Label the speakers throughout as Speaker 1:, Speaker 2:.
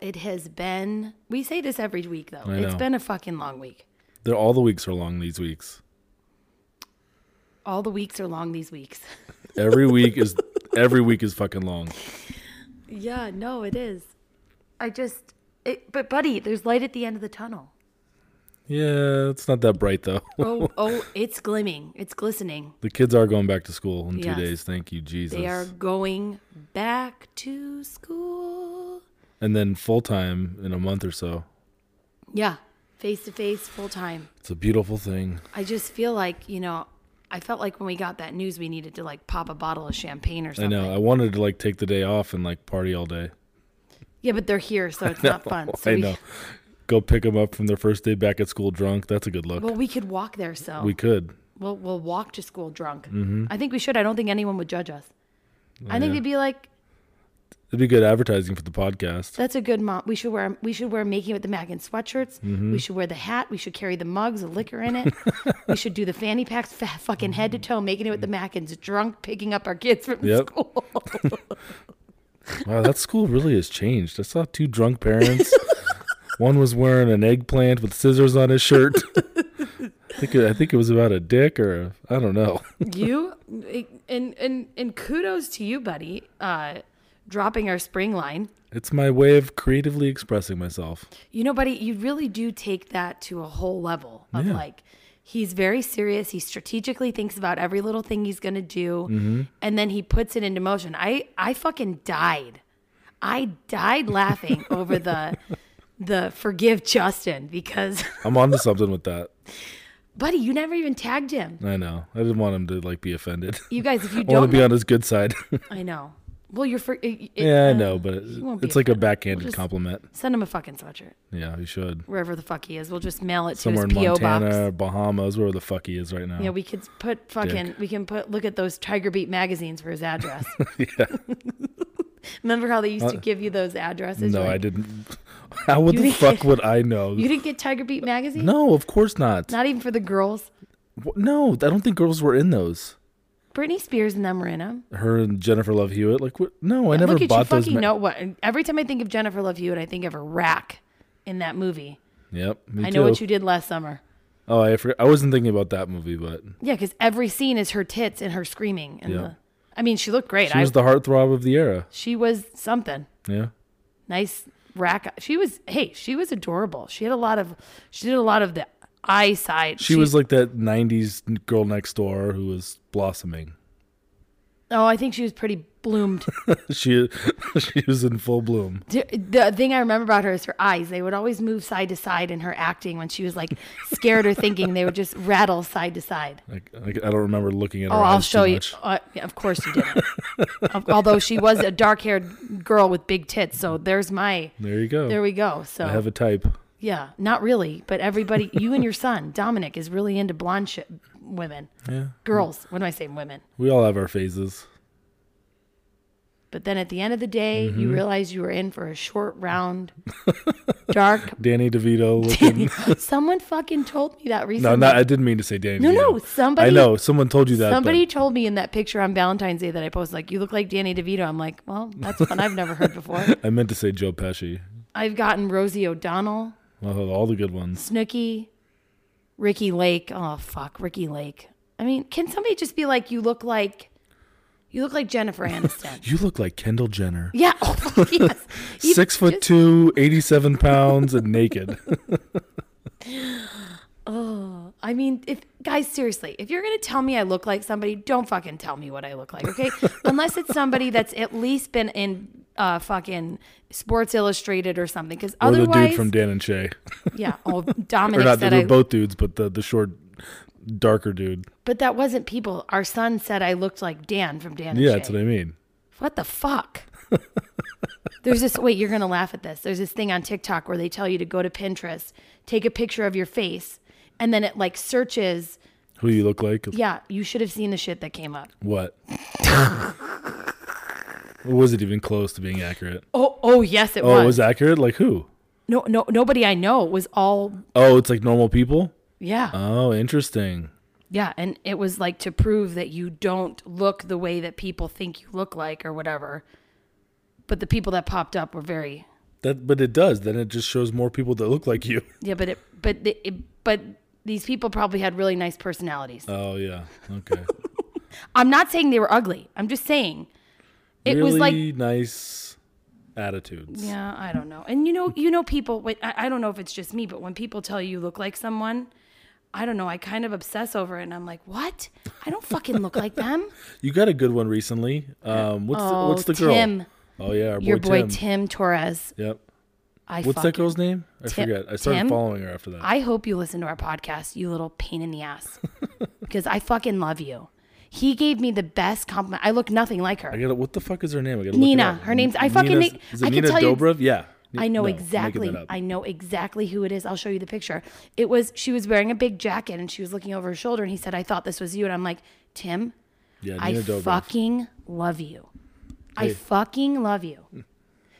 Speaker 1: It has been, we say this every week though.
Speaker 2: I
Speaker 1: It's
Speaker 2: know.
Speaker 1: been a fucking long week.
Speaker 2: They're all the weeks are long these weeks.
Speaker 1: All the weeks are long these weeks.
Speaker 2: Every week is every week is fucking long.
Speaker 1: Yeah, no, it is. I just, it, but buddy, there's light at the end of the tunnel.
Speaker 2: Yeah, it's not that bright though.
Speaker 1: Oh, oh, it's glimming. It's glistening.
Speaker 2: The kids are going back to school in
Speaker 1: Yes.
Speaker 2: two days. Thank you, Jesus.
Speaker 1: They are going back to school.
Speaker 2: And then full time in a month or so.
Speaker 1: Yeah, face to face, full time.
Speaker 2: It's a beautiful thing.
Speaker 1: I just feel like, you know, I felt like when we got that news, we needed to like pop a bottle of champagne or
Speaker 2: I
Speaker 1: something.
Speaker 2: know. I wanted to like take the day off and like party all day.
Speaker 1: Yeah, but they're here, so it's not fun. So
Speaker 2: I
Speaker 1: we,
Speaker 2: know. Go pick them up from their first day back at school drunk. That's a good look.
Speaker 1: Well, we could walk there, so
Speaker 2: we could.
Speaker 1: we'll we'll walk to school drunk. I think we should. I don't think anyone would judge us. I think they'd be like,
Speaker 2: It'd be good advertising for the podcast.
Speaker 1: "That's a good mom. We should wear we should wear making with the Mackin sweatshirts. We should wear the hat. We should carry the mugs, the liquor in it. we should do the fanny packs, fa- fucking head to toe, making it with the Mackins, drunk, picking up our kids from
Speaker 2: Yep.
Speaker 1: school.
Speaker 2: Wow, that school really has changed. I saw two drunk parents. One was wearing an eggplant with scissors on his shirt. I think it, I think it was about a dick or a, I don't know.
Speaker 1: you eh, and and and kudos to you, buddy, uh, dropping our spring line.
Speaker 2: It's my way of creatively expressing myself.
Speaker 1: You know, buddy, you really do take that to a whole level of
Speaker 2: Yeah.
Speaker 1: like, he's very serious. He strategically thinks about every little thing he's going to do,
Speaker 2: Mm-hmm.
Speaker 1: and then he puts it into motion. I, I fucking died. I died laughing over the, the forgive Justin because,
Speaker 2: I'm onto something with that.
Speaker 1: buddy, you never even tagged him.
Speaker 2: I know. I didn't want him to like be offended.
Speaker 1: You guys, if you
Speaker 2: I want
Speaker 1: don't,
Speaker 2: to be on his good side.
Speaker 1: I know. Well, you're for. It, it-
Speaker 2: yeah, I
Speaker 1: uh,
Speaker 2: know, but it,
Speaker 1: won't be
Speaker 2: it's like a
Speaker 1: offended. We'll
Speaker 2: backhanded
Speaker 1: just-
Speaker 2: compliment.
Speaker 1: Send him a fucking sweatshirt
Speaker 2: Yeah, he should.
Speaker 1: wherever the fuck he is. We'll just mail it to
Speaker 2: Somewhere in
Speaker 1: his PO
Speaker 2: Montana,
Speaker 1: box.
Speaker 2: or Bahamas, where the fuck he is right now.
Speaker 1: Yeah, we could put fucking. We can put look at those Tiger Beat magazines for his address. Remember how they used to give you those addresses?
Speaker 2: Uh, no,
Speaker 1: You're
Speaker 2: I
Speaker 1: like,
Speaker 2: didn't. How would
Speaker 1: You
Speaker 2: the
Speaker 1: didn't-
Speaker 2: fuck would I know?
Speaker 1: You didn't get Tiger Beat magazine?
Speaker 2: No, of course not.
Speaker 1: Not even for the girls.
Speaker 2: Wh- No, I don't think girls were in those.
Speaker 1: Britney Spears and them were in them.
Speaker 2: Her and Jennifer Love Hewitt. Like, what? No, I never
Speaker 1: look at you
Speaker 2: bought those.
Speaker 1: fucking
Speaker 2: ma-
Speaker 1: know what. And Every time I think of Jennifer Love Hewitt, I think of her rack in that movie.
Speaker 2: Yep. Me
Speaker 1: I
Speaker 2: too.
Speaker 1: know what you did last summer.
Speaker 2: Oh, I forgot. I wasn't thinking about that movie, but
Speaker 1: Yeah, because every scene is her tits and her screaming. And
Speaker 2: Yeah.
Speaker 1: the, I mean, she looked great.
Speaker 2: she
Speaker 1: I,
Speaker 2: was the heartthrob of the era.
Speaker 1: she was something.
Speaker 2: Yeah.
Speaker 1: nice rack. She was hey, she was adorable. She had a lot of she did a lot of the eye side.
Speaker 2: She, was like that '90s girl next door who was blossoming.
Speaker 1: oh, I think she was pretty bloomed.
Speaker 2: she she was in full bloom.
Speaker 1: D- the thing I remember about her is her eyes. They would always move side to side in her acting when she was like scared or thinking. They would just rattle side to side.
Speaker 2: Like, like I don't remember looking at her.
Speaker 1: Oh,
Speaker 2: eyes
Speaker 1: I'll show
Speaker 2: too
Speaker 1: you.
Speaker 2: much.
Speaker 1: Uh, yeah, of course you didn't. Of- Although she was a dark-haired girl with big tits, so there's my.
Speaker 2: There you go.
Speaker 1: There we go. So
Speaker 2: I have a type.
Speaker 1: yeah, not really, but everybody, you and your son Dominic is really into blonde shit women.
Speaker 2: Yeah.
Speaker 1: girls. What am I saying? Women.
Speaker 2: We all have our phases.
Speaker 1: But then at the end of the day,
Speaker 2: Mm-hmm.
Speaker 1: you realize you were in for a short round, dark.
Speaker 2: Danny DeVito looking.
Speaker 1: Someone fucking told me that
Speaker 2: no,
Speaker 1: recently.
Speaker 2: not, I didn't mean to say Danny.
Speaker 1: No, no,
Speaker 2: DeVito.
Speaker 1: somebody-
Speaker 2: I know someone told you that. but-
Speaker 1: Somebody told me in that picture on Valentine's Day that I posted, like, you look like Danny DeVito. I'm like, well, that's one I've never heard before.
Speaker 2: I meant to say Joe Pesci.
Speaker 1: I've gotten Rosie O'Donnell,
Speaker 2: Well, all the good ones.
Speaker 1: Snooki, Ricky Lake. Oh, fuck, Ricky Lake. I mean, can somebody just be like, you look like, you look like Jennifer Aniston?
Speaker 2: You look like Kendall Jenner.
Speaker 1: yeah. Oh, yes. You
Speaker 2: Six foot
Speaker 1: just-
Speaker 2: two, 87 pounds, and naked.
Speaker 1: I mean, if guys, seriously, if you're gonna tell me I look like somebody, don't fucking tell me what I look like, okay? Unless it's somebody that's at least been in uh, fucking Sports Illustrated or something, because
Speaker 2: or the
Speaker 1: otherwise,
Speaker 2: dude from Dan and Shay.
Speaker 1: yeah, oh
Speaker 2: Or
Speaker 1: Dominic
Speaker 2: not, they
Speaker 1: said
Speaker 2: were
Speaker 1: I,
Speaker 2: both dudes, but the, the short, darker dude.
Speaker 1: but that wasn't people. Our son said I looked like Dan from Dan. and
Speaker 2: Yeah,
Speaker 1: Shay.
Speaker 2: that's what I mean.
Speaker 1: What the fuck? There's this wait, you're gonna laugh at this. There's this thing on TikTok where they tell you to go to Pinterest, take a picture of your face, and then it like searches.
Speaker 2: Who you look like?
Speaker 1: Yeah, you should have seen the shit that came up.
Speaker 2: What? was it even close to being accurate?
Speaker 1: Oh, oh yes, it
Speaker 2: Oh,
Speaker 1: was.
Speaker 2: it was accurate? Like who?
Speaker 1: No, no, nobody I know It was all
Speaker 2: Oh, it's like normal people?
Speaker 1: yeah,
Speaker 2: Oh, interesting.
Speaker 1: yeah, and it was like to prove that you don't look the way that people think you look like or whatever. But the people that popped up were very
Speaker 2: That, but it does. Then it just shows more people that look like you.
Speaker 1: Yeah, but it, but the, it, but these people probably had really nice personalities.
Speaker 2: Oh yeah. Okay.
Speaker 1: I'm not saying they were ugly. I'm just saying it
Speaker 2: really
Speaker 1: was like
Speaker 2: nice attitudes.
Speaker 1: yeah, I don't know. And you know, you know, people. When, I, I don't know if it's just me, but when people tell you you look like someone, I don't know. I kind of obsess over it, and I'm like, what? I don't fucking look like them.
Speaker 2: You got a good one recently. Um, what's
Speaker 1: Oh,
Speaker 2: the, what's the girl?
Speaker 1: Tim.
Speaker 2: Oh yeah, our boy,
Speaker 1: Your boy
Speaker 2: Tim.
Speaker 1: Tim, Torres.
Speaker 2: Yep.
Speaker 1: I
Speaker 2: What's
Speaker 1: fucking,
Speaker 2: that girl's name? I
Speaker 1: Tim-
Speaker 2: forget. I started
Speaker 1: Tim?
Speaker 2: following her after that.
Speaker 1: I hope you listen to our podcast, you little pain in the ass, because I fucking love you. He gave me the best compliment. I look nothing like her.
Speaker 2: I gotta. What the fuck is her name? I gotta.
Speaker 1: Nina.
Speaker 2: Look it up.
Speaker 1: Her name's- I fucking
Speaker 2: Nina's-
Speaker 1: na-
Speaker 2: Is it
Speaker 1: I can
Speaker 2: Nina
Speaker 1: tell you-
Speaker 2: Dobrev? Yeah. Ni-
Speaker 1: I know
Speaker 2: no, I'm making
Speaker 1: exactly.
Speaker 2: that up.
Speaker 1: I know exactly who it is. I'll show you the picture. It was she was wearing a big jacket and she was looking over her shoulder and he said, "I thought this was you." And I'm like, "Tim,
Speaker 2: yeah,
Speaker 1: I
Speaker 2: Nina Dobrev.
Speaker 1: fucking love you. I
Speaker 2: Hey. Hmm.
Speaker 1: fucking love you."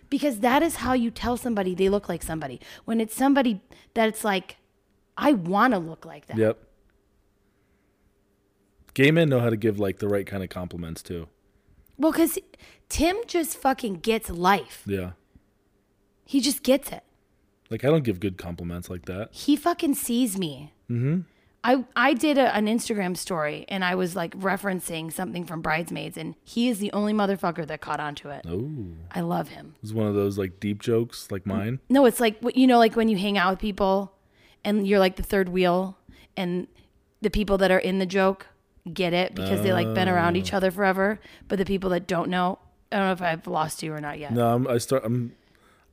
Speaker 1: Because that is how you tell somebody they look like somebody. When it's somebody that's like, "I want to look like that."
Speaker 2: Yep. Gay men know how to give like the right kind of compliments too.
Speaker 1: Well, cuz Tim just fucking gets life.
Speaker 2: Yeah.
Speaker 1: He just gets it.
Speaker 2: Like I don't give good compliments like that.
Speaker 1: he fucking sees me. Mm-hmm. I I did a, an Instagram story and I was like referencing something from Bridesmaids, and he is the only motherfucker that caught onto it.
Speaker 2: Oh,
Speaker 1: I love him.
Speaker 2: it's one of those like deep jokes
Speaker 1: Mm.
Speaker 2: like mine.
Speaker 1: No, it's like what- you know, like when you hang out with people, and you're like the third wheel, and the people that are in the joke get it because they like been around
Speaker 2: Oh.
Speaker 1: each other forever, but the people that don't know, I don't know if I've lost you or not yet.
Speaker 2: No, I'm, I start. I'm.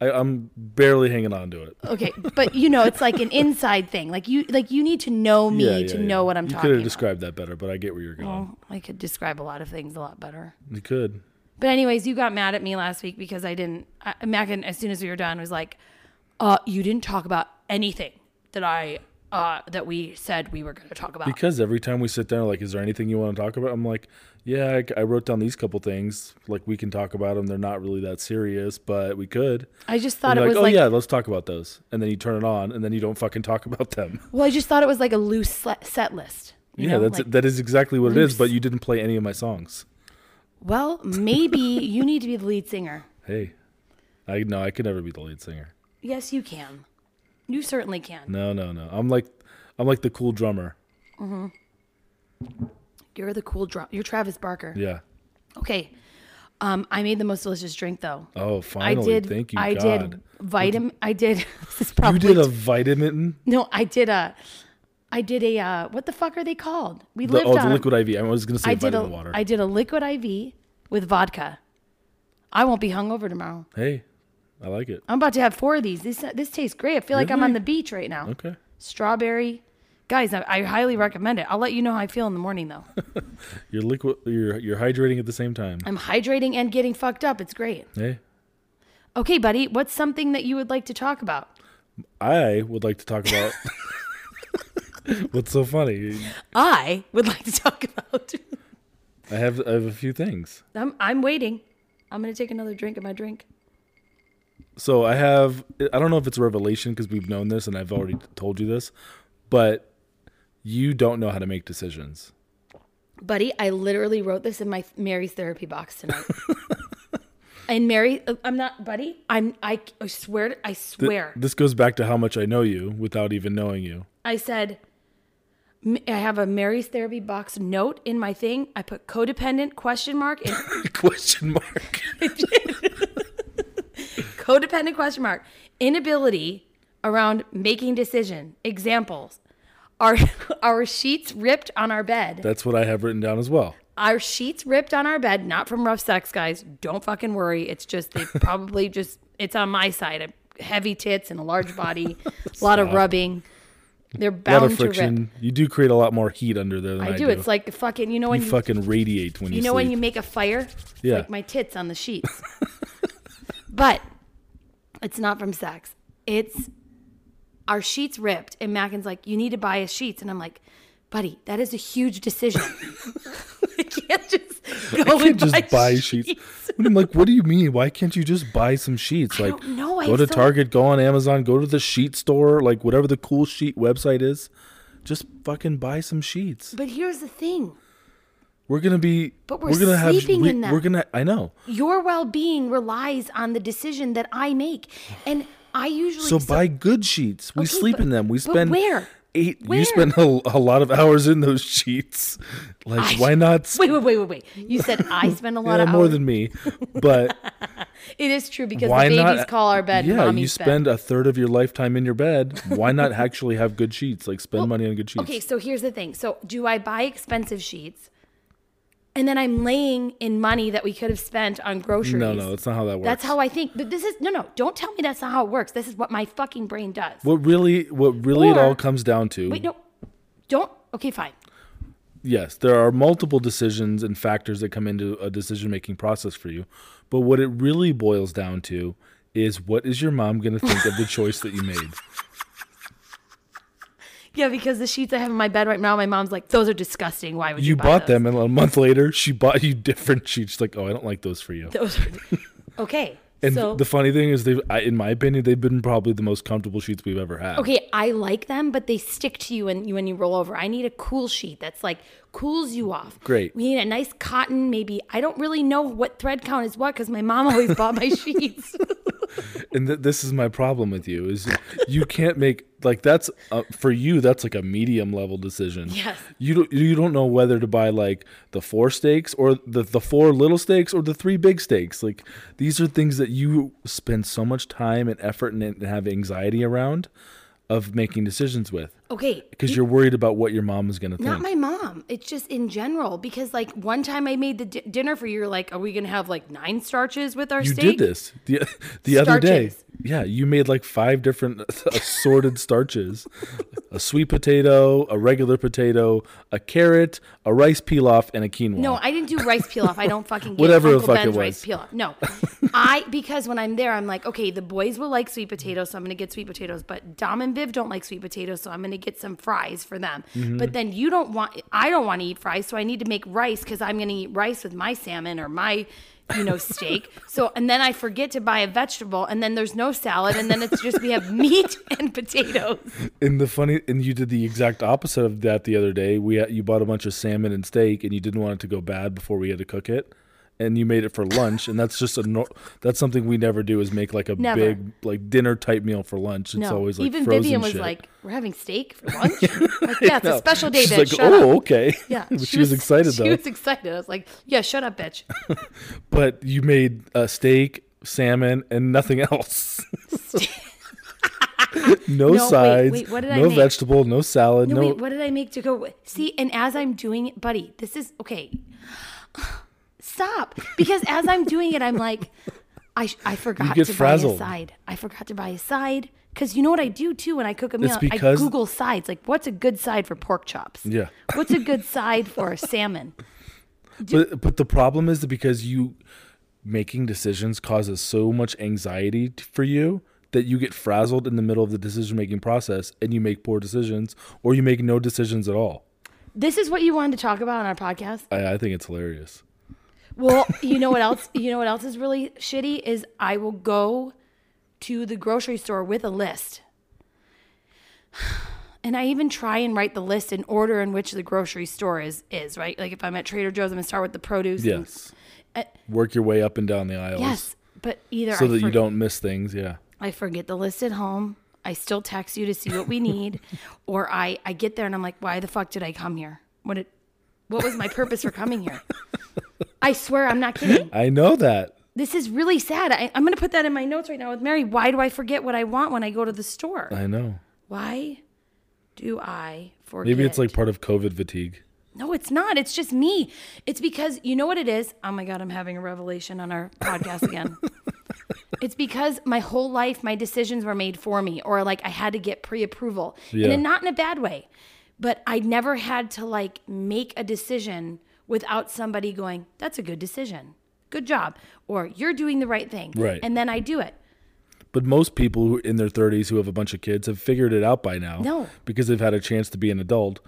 Speaker 2: I, I'm barely hanging on to it.
Speaker 1: Okay, but you know, it's like an inside thing. Like you, like you need to know me
Speaker 2: Yeah, yeah,
Speaker 1: to
Speaker 2: yeah.
Speaker 1: know what I'm
Speaker 2: you
Speaker 1: talking
Speaker 2: could have
Speaker 1: about.
Speaker 2: described that better, but I get where you're going.
Speaker 1: Well, I could describe a lot of things a lot better.
Speaker 2: You could.
Speaker 1: But anyways, you got mad at me last week because I didn't. I, Mackin, as soon as we were done, was like, "Uh, you didn't talk about anything that I uh that we said we were going to talk about."
Speaker 2: Because every time we sit down, like, is there anything you want to talk about? I'm like, yeah, I, I wrote down these couple things. Like, we can talk about them. They're not really that serious, but we could.
Speaker 1: I just
Speaker 2: And
Speaker 1: thought it
Speaker 2: you're like,
Speaker 1: was
Speaker 2: oh
Speaker 1: like,
Speaker 2: yeah, let's talk about those. And then you turn it on, and then you don't fucking talk about them.
Speaker 1: well, I just thought it was like a loose sle- set list. you
Speaker 2: yeah,
Speaker 1: know,
Speaker 2: that's
Speaker 1: like,
Speaker 2: that is exactly what it is. But you didn't play any of my songs.
Speaker 1: Well, maybe you need to be the lead singer.
Speaker 2: Hey, I no, I could never be the lead singer.
Speaker 1: Yes, you can. You certainly can.
Speaker 2: No, no, no. I'm like, I'm like the cool drummer.
Speaker 1: You're the cool drum. You're Travis Barker.
Speaker 2: Yeah.
Speaker 1: Okay. Um, I made the most delicious drink though.
Speaker 2: Oh, finally, thank you,
Speaker 1: I
Speaker 2: God.
Speaker 1: did vitamin. I did. This is
Speaker 2: you
Speaker 1: probably
Speaker 2: did a vitamin.
Speaker 1: no. I did a. I did a. Uh, what the fuck are they called? We
Speaker 2: The,
Speaker 1: lived
Speaker 2: oh,
Speaker 1: on.
Speaker 2: the
Speaker 1: 'em.
Speaker 2: liquid IV. I was gonna say
Speaker 1: I did a.
Speaker 2: vitamin water.
Speaker 1: I did a liquid IV with vodka. I won't be hungover tomorrow.
Speaker 2: hey, I like it.
Speaker 1: I'm about to have four of these. This this tastes great. I feel like I'm on
Speaker 2: Really?
Speaker 1: the beach right now.
Speaker 2: Okay.
Speaker 1: Strawberry, guys. I, I highly recommend it. I'll let you know how I feel in the morning though.
Speaker 2: You're liquid. You're you're hydrating at the same time.
Speaker 1: I'm hydrating and getting fucked up. It's great.
Speaker 2: Hey,
Speaker 1: Okay, buddy. What's something that you would like to talk about?
Speaker 2: I would like to talk about what's so funny.
Speaker 1: I would like to talk about.
Speaker 2: I have I have a few things.
Speaker 1: I'm I'm waiting. I'm gonna take another drink of my drink.
Speaker 2: So I have I don't know if it's a revelation because we've known this and I've already told you this, but you don't know how to make decisions.
Speaker 1: Buddy, I literally wrote this in my Mary's therapy box tonight. and Mary, I'm not, buddy. I'm I, I swear to- I
Speaker 2: Th-
Speaker 1: swear.
Speaker 2: This goes back to how much I know you without even knowing you.
Speaker 1: I said "M- I have a Mary's therapy box note in my thing. I put codependent question mark and
Speaker 2: Question mark.
Speaker 1: codependent question mark inability around making decision examples. Our our sheets ripped on our bed.
Speaker 2: That's what I have written down as well.
Speaker 1: our sheets ripped on our bed, not from rough sex, guys. Don't fucking worry. It's just they probably just it's on my side. Heavy tits and a large body, a lot of rubbing. They're
Speaker 2: A lot
Speaker 1: bound
Speaker 2: of
Speaker 1: to rip.
Speaker 2: friction. You do create a lot more heat under there than I,
Speaker 1: I do. It's like fucking. You know when
Speaker 2: you
Speaker 1: you,
Speaker 2: fucking radiate when you,
Speaker 1: you know when
Speaker 2: sleep.
Speaker 1: you make a fire. It's
Speaker 2: Yeah.
Speaker 1: Like my tits on the sheets. but it's not from sex. It's our sheets ripped, and Mackin's like, "You need to buy us sheets," and I'm like, "Buddy, that is a huge decision. I can't just go
Speaker 2: can't
Speaker 1: and
Speaker 2: just buy, sheets. And I'm like, what do you mean? Why can't you just buy some sheets? like,
Speaker 1: don't know. I
Speaker 2: go to
Speaker 1: still-
Speaker 2: Target, go on Amazon, go to the sheet store, like whatever the cool sheet website is. Just fucking buy some sheets.
Speaker 1: But here's the thing.
Speaker 2: We're gonna be.
Speaker 1: But we're
Speaker 2: gonna
Speaker 1: sleeping
Speaker 2: have.
Speaker 1: in them.
Speaker 2: We're gonna. I know.
Speaker 1: Your well being relies on the decision that I make. And I usually
Speaker 2: So, buy good sheets. We
Speaker 1: Okay,
Speaker 2: sleep
Speaker 1: but-
Speaker 2: in them. We
Speaker 1: but
Speaker 2: spend
Speaker 1: where?
Speaker 2: eight.
Speaker 1: Where?
Speaker 2: You spend a, a lot of hours in those sheets. Like,
Speaker 1: I-
Speaker 2: why not? spend
Speaker 1: Wait, wait, wait, wait, wait. You said I spend a lot
Speaker 2: yeah,
Speaker 1: of
Speaker 2: more
Speaker 1: hours.
Speaker 2: than me, but
Speaker 1: it is true because
Speaker 2: why
Speaker 1: the babies
Speaker 2: not?
Speaker 1: call our bed
Speaker 2: Yeah, you
Speaker 1: mommy's bed.
Speaker 2: spend a third of your lifetime in your bed. Why not actually have good sheets? Like, spend money on good sheets.
Speaker 1: Okay, so here's the thing. So do I buy expensive sheets? And then I'm laying in money that we could have spent on groceries.
Speaker 2: no, no, that's not how that works.
Speaker 1: That's how I think. But this is no, no. Don't tell me that's not how it works. This is what my fucking brain does.
Speaker 2: What really, what really, it
Speaker 1: Or-
Speaker 2: all comes down to.
Speaker 1: Wait, no. Don't. Okay, fine.
Speaker 2: Yes, there are multiple decisions and factors that come into a decision making process for you. But what it really boils down to is what is your mom going to think of the choice that you made?
Speaker 1: Yeah, because the sheets I have in my bed right now, my mom's like, "Those are disgusting. Why would you,
Speaker 2: You
Speaker 1: buy
Speaker 2: bought
Speaker 1: those?"
Speaker 2: them, and a month later, she bought you different sheets. She's Like, oh, I don't like those for you.
Speaker 1: Those are okay.
Speaker 2: And
Speaker 1: so
Speaker 2: the funny thing is, they've, I, in my opinion, they've been probably the most comfortable sheets we've ever had.
Speaker 1: okay, I like them, but they stick to you when you when you roll over. I need a cool sheet that's like cools you off.
Speaker 2: Great.
Speaker 1: We need a nice cotton. Maybe I don't really know what thread count is what because my mom always bought my sheets.
Speaker 2: And th- this is my problem with you is you can't make like that's uh, for you that's like a medium level decision.
Speaker 1: Yes.
Speaker 2: You don't you don't know whether to buy like the four steaks or the the four little steaks or the three big steaks. Like these are things that you spend so much time and effort and, and have anxiety around of making decisions with
Speaker 1: Okay,
Speaker 2: because you're worried about what your mom is going to
Speaker 1: Not
Speaker 2: think.
Speaker 1: my mom. It's just in general because like one time I made the di- dinner for you. You're like, are we gonna have like nine starches with our
Speaker 2: you
Speaker 1: steak?
Speaker 2: did this the, the other day.
Speaker 1: Starches.
Speaker 2: Yeah, you made like five different assorted starches a sweet potato, a regular potato, a carrot, a rice pilaf, and a quinoa.
Speaker 1: No, I didn't do rice peel off. I don't fucking get
Speaker 2: Whatever the
Speaker 1: Uncle
Speaker 2: fuck it
Speaker 1: Ben's
Speaker 2: was.
Speaker 1: rice peel off. No, I because when I'm there, I'm like, okay, the boys will like sweet potatoes, so I'm gonna get sweet potatoes. But Dom and Viv don't like sweet potatoes, so I'm gonna get some fries for them.
Speaker 2: Mm-hmm.
Speaker 1: But then you don't want, I don't want to eat fries, so I need to make rice because I'm gonna eat rice with my salmon or my. You know, steak. So, and then I forget to buy a vegetable, and then there's no salad, and then it's just we have meat and potatoes.
Speaker 2: and the funny, and you did the exact opposite of that the other day. We had, you bought a bunch of salmon and steak, and you didn't want it to go bad before we had to cook it. And you made it for lunch, and that's just a nor- that's something we never do is make like a
Speaker 1: Never.
Speaker 2: big like dinner type meal for lunch. It's
Speaker 1: No,
Speaker 2: always like
Speaker 1: even
Speaker 2: frozen
Speaker 1: Vivian was
Speaker 2: shit.
Speaker 1: like, "We're having steak for lunch." Like, yeah, it's a special day,
Speaker 2: She's
Speaker 1: bitch.
Speaker 2: like,
Speaker 1: Shut up.
Speaker 2: oh, okay.
Speaker 1: Yeah,
Speaker 2: But she, was, excited though.
Speaker 1: She was excited. I was like, "Yeah, shut up, bitch."
Speaker 2: but you made a steak, salmon, and nothing else. no,
Speaker 1: wait,
Speaker 2: sides,
Speaker 1: wait, what did I
Speaker 2: no
Speaker 1: make?
Speaker 2: vegetable, no salad, no.
Speaker 1: No, wait, what did I make to go? with- See, and as I'm doing it, buddy, this is okay. Stop, because as I'm doing it, I'm like, I sh- I forgot
Speaker 2: get
Speaker 1: to
Speaker 2: frazzled.
Speaker 1: buy a side. I forgot to buy a side because you know what I do too when I cook a meal.
Speaker 2: because-
Speaker 1: I Google sides, like what's a good side for pork chops?
Speaker 2: Yeah.
Speaker 1: What's a good side for salmon?
Speaker 2: but but the problem is that because you making decisions causes so much anxiety t- for you that you get frazzled in the middle of the decision making process and you make poor decisions or you make no decisions at all.
Speaker 1: This is what you wanted to talk about on our podcast.
Speaker 2: I, I think it's hilarious.
Speaker 1: Well, you know what else? You know what else is really shitty is I will go to the grocery store with a list. And I even try and write the list in order in which the grocery store is is, right? Like if I'm at Trader Joe's, I'm going to start with the produce. and-
Speaker 2: Yes. Work your way up and down the aisles
Speaker 1: uh, yes. But either
Speaker 2: so
Speaker 1: I
Speaker 2: that you
Speaker 1: forget-
Speaker 2: don't miss things. Yeah.
Speaker 1: I forget the list at home. I still text you to see what we need, or I I get there and I'm like, why the fuck did I come here? What it, what was my purpose for coming here? I swear I'm not kidding.
Speaker 2: I know that.
Speaker 1: This is really sad. I, I'm going to put that in my notes right now with Mary. Why do I forget what I want when I go to the store?
Speaker 2: I know.
Speaker 1: Why do I forget?
Speaker 2: Maybe it's like part of COVID fatigue.
Speaker 1: no, it's not. It's just me. It's because you know what it is. Oh my god, I'm having a revelation on our podcast again. it's because my whole life my decisions were made for me, or like I had to get pre-approval,
Speaker 2: Yeah.
Speaker 1: and in- not in a bad way, but I never had to like make a decision without somebody going, "That's a good decision, good job," or "You're doing the right thing,"
Speaker 2: Right.
Speaker 1: And then I do it.
Speaker 2: But most people who in their 30s who have a bunch of kids have figured it out by now.
Speaker 1: No.
Speaker 2: Because they've had a chance to be an adult.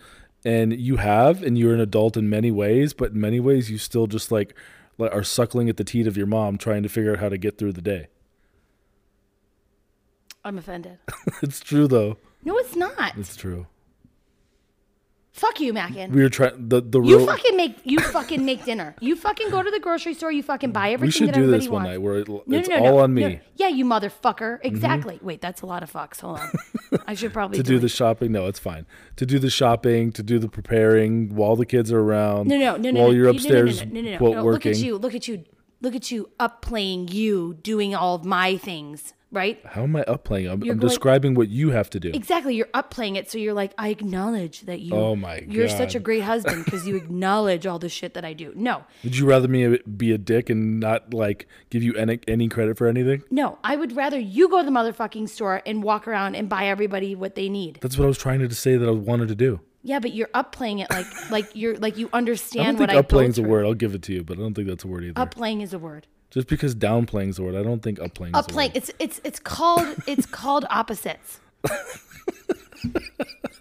Speaker 2: And you have, and you're an adult in many ways, but in many ways you still just like like, are suckling at the teat of your mom trying to figure out how to get through the day.
Speaker 1: I'm offended.
Speaker 2: it's true though.
Speaker 1: No, it's not.
Speaker 2: It's true.
Speaker 1: Fuck you, Mackin.
Speaker 2: We were trying the the
Speaker 1: you
Speaker 2: real-
Speaker 1: fucking make you fucking make dinner. You fucking go to the grocery store. You fucking buy everything.
Speaker 2: we should
Speaker 1: that
Speaker 2: do
Speaker 1: everybody
Speaker 2: this one
Speaker 1: wants.
Speaker 2: night where it,
Speaker 1: No,
Speaker 2: it's
Speaker 1: no, no,
Speaker 2: all
Speaker 1: no,
Speaker 2: on me Mm-hmm.
Speaker 1: no. Yeah, you motherfucker. Exactly. Wait, that's a lot of fucks. Hold on. I should probably
Speaker 2: to do
Speaker 1: it.
Speaker 2: the shopping. No, it's fine. To do the shopping, to do the preparing while the kids are around.
Speaker 1: No, no, no, no.
Speaker 2: While
Speaker 1: no,
Speaker 2: you're
Speaker 1: no,
Speaker 2: upstairs,
Speaker 1: no, no, no, no, no,
Speaker 2: quote
Speaker 1: no,
Speaker 2: working.
Speaker 1: Look at you. Look at you. Look at you upplaying you doing all of my things. Right.
Speaker 2: How am I upplaying? I'm, I'm
Speaker 1: going-
Speaker 2: describing what you have to do.
Speaker 1: Exactly. You're upplaying it. So you're like, I acknowledge that you.
Speaker 2: Oh my
Speaker 1: You're such a
Speaker 2: God.
Speaker 1: great husband because you acknowledge all the shit that I do. No.
Speaker 2: Would you rather me be a dick and not like give you any any credit for anything?
Speaker 1: No, I would rather you go to the motherfucking store and walk around and buy everybody what they need.
Speaker 2: That's what I was trying to say that I wanted to do.
Speaker 1: Yeah, but you're upplaying it like like you're like you
Speaker 2: I
Speaker 1: understand
Speaker 2: don't think
Speaker 1: what I go
Speaker 2: upplaying's a
Speaker 1: through.
Speaker 2: word. I'll give it to you, but I don't think that's a word either.
Speaker 1: Upplaying is a word.
Speaker 2: Just because downplaying's a word, I don't think upplaying's
Speaker 1: Upplaying. It's it's it's called it's called opposites.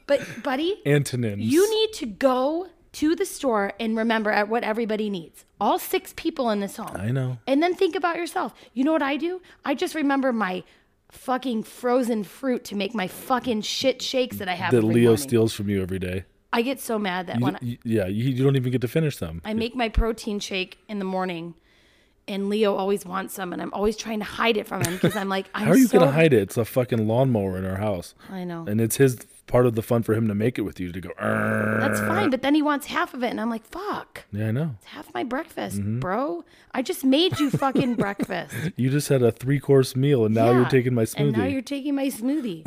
Speaker 1: but buddy,
Speaker 2: a word. Antonyms.
Speaker 1: you need to go to the store and remember at what everybody needs. All six people in this home.
Speaker 2: I know.
Speaker 1: And then think about yourself. You know what I do? I just remember my fucking frozen fruit to make my fucking shit shakes that I have.
Speaker 2: That
Speaker 1: every
Speaker 2: Leo
Speaker 1: morning.
Speaker 2: steals from you every day.
Speaker 1: I get so mad that
Speaker 2: You-
Speaker 1: when I,
Speaker 2: you- yeah, you, you don't even get to finish them.
Speaker 1: I make my protein shake in the morning, and Leo always wants some, and I'm always trying to hide it from him because I'm like, I'm
Speaker 2: How are you
Speaker 1: so,
Speaker 2: gonna hide it? It's a fucking lawnmower in our house,
Speaker 1: I know.
Speaker 2: and it's his part of the fun for him to make it with you to go. "Arr."
Speaker 1: That's fine, but then he wants half of it, and I'm like, fuck,
Speaker 2: Yeah, I know.
Speaker 1: it's half my breakfast,
Speaker 2: Mm-hmm.
Speaker 1: bro. I just made you fucking breakfast.
Speaker 2: You just had a three-course meal, and now
Speaker 1: Yeah,
Speaker 2: you're taking my
Speaker 1: And now
Speaker 2: smoothie.
Speaker 1: you're taking my smoothie.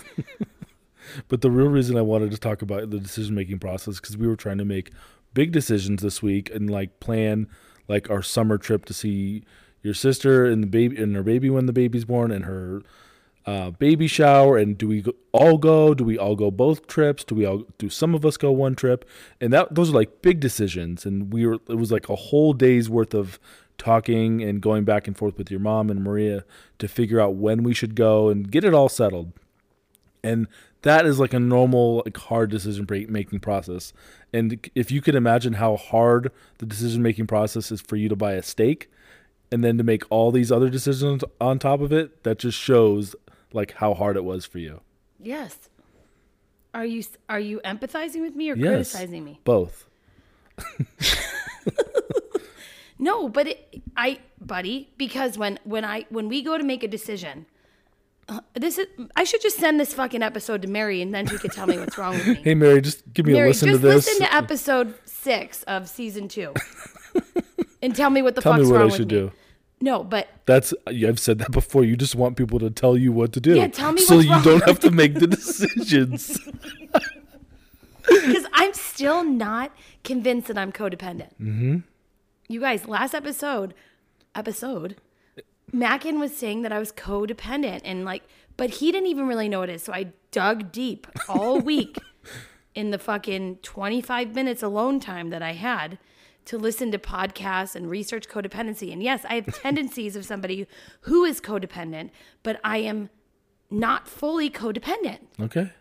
Speaker 2: But the real reason I wanted to talk about the decision making process because we were trying to make big decisions this week and like plan like our summer trip to see your sister and the baby and her baby when the baby's born and her uh, baby shower and do we go- all go? Do we all go both trips? Do we all do some of us go one trip? And that those are like big decisions and we were it was like a whole day's worth of talking and going back and forth with your mom and Maria to figure out when we should go and get it all settled and that is like a normal like hard decision break- making process and if you could imagine how hard the decision making process is for you to buy a steak and then to make all these other decisions on top of it that just shows like how hard it was for you
Speaker 1: yes. Are you are you empathizing with me or
Speaker 2: yes
Speaker 1: criticizing me?
Speaker 2: both
Speaker 1: No, but it, I, buddy, because when when I when we go to make a decision, uh, this is I should just send this fucking episode to Mary and then she could tell me what's wrong with me.
Speaker 2: hey mary just give me
Speaker 1: Mary,
Speaker 2: a listen
Speaker 1: just
Speaker 2: to this
Speaker 1: listen to episode six of season two, and tell me what the
Speaker 2: tell me
Speaker 1: fuck's
Speaker 2: what
Speaker 1: wrong
Speaker 2: i
Speaker 1: with
Speaker 2: should
Speaker 1: me.
Speaker 2: do
Speaker 1: No, but
Speaker 2: that's i've said that before you just want people to tell you what to do
Speaker 1: Yeah, tell me
Speaker 2: so
Speaker 1: what's
Speaker 2: you
Speaker 1: wrong.
Speaker 2: don't have to make the decisions
Speaker 1: because I'm still not convinced that I'm codependent. Mm-hmm. You guys, last episode, episode, Mackin was saying that I was codependent and like, but he didn't even really know it is. So I dug deep all week in the fucking 25 minutes alone time that I had to listen to podcasts and research codependency. And yes, I have tendencies of somebody who is codependent, but I am not fully codependent.
Speaker 2: okay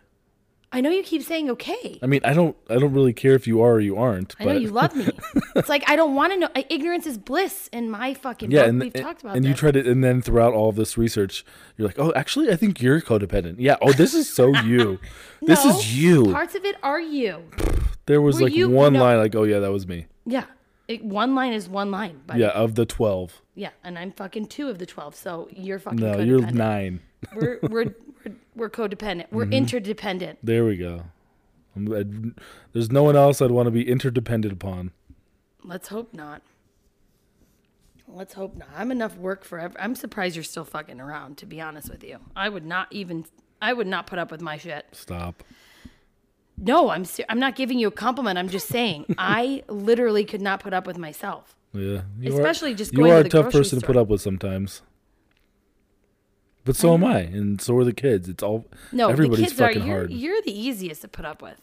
Speaker 1: I know you keep saying okay.
Speaker 2: I mean, I don't, I don't really care if you are or you aren't.
Speaker 1: I
Speaker 2: but
Speaker 1: know you love me. it's like I don't want to know. I- Ignorance is bliss in my fucking
Speaker 2: yeah,
Speaker 1: book.
Speaker 2: and
Speaker 1: We've talked about
Speaker 2: and
Speaker 1: this.
Speaker 2: you tried to, and then throughout all this research, you're like, oh, actually, I think you're codependent. Yeah. Oh, this is so you. this
Speaker 1: No,
Speaker 2: is you.
Speaker 1: Parts of it are you.
Speaker 2: there was
Speaker 1: were
Speaker 2: like
Speaker 1: you-
Speaker 2: one
Speaker 1: no.
Speaker 2: line, like, oh yeah, that was me.
Speaker 1: Yeah. It, one line is one line, but yeah.
Speaker 2: Yeah, of the twelve.
Speaker 1: and I'm fucking two of the twelve, so you're fucking
Speaker 2: No,
Speaker 1: codependent.
Speaker 2: you're nine.
Speaker 1: We're, we're we're we're codependent.
Speaker 2: Mm-hmm.
Speaker 1: We're interdependent.
Speaker 2: There we go. I'm, I, there's no one else I'd want to be interdependent upon.
Speaker 1: Let's hope not. Let's hope not. I'm enough work for. Ev- I'm surprised you're still fucking around. To be honest with you, I would not even. I would not put up with my shit.
Speaker 2: Stop.
Speaker 1: No, I'm ser- I'm not giving you a compliment. I'm just saying I literally could not put up with myself.
Speaker 2: Yeah. You
Speaker 1: Especially just
Speaker 2: you
Speaker 1: going
Speaker 2: are
Speaker 1: to
Speaker 2: a
Speaker 1: the
Speaker 2: tough
Speaker 1: grocery
Speaker 2: person to
Speaker 1: store.
Speaker 2: put up with sometimes. But so am I, and so are the kids. It's all
Speaker 1: No,
Speaker 2: everybody's
Speaker 1: the kids
Speaker 2: fucking
Speaker 1: are you're,
Speaker 2: hard.
Speaker 1: you're the easiest to put up with.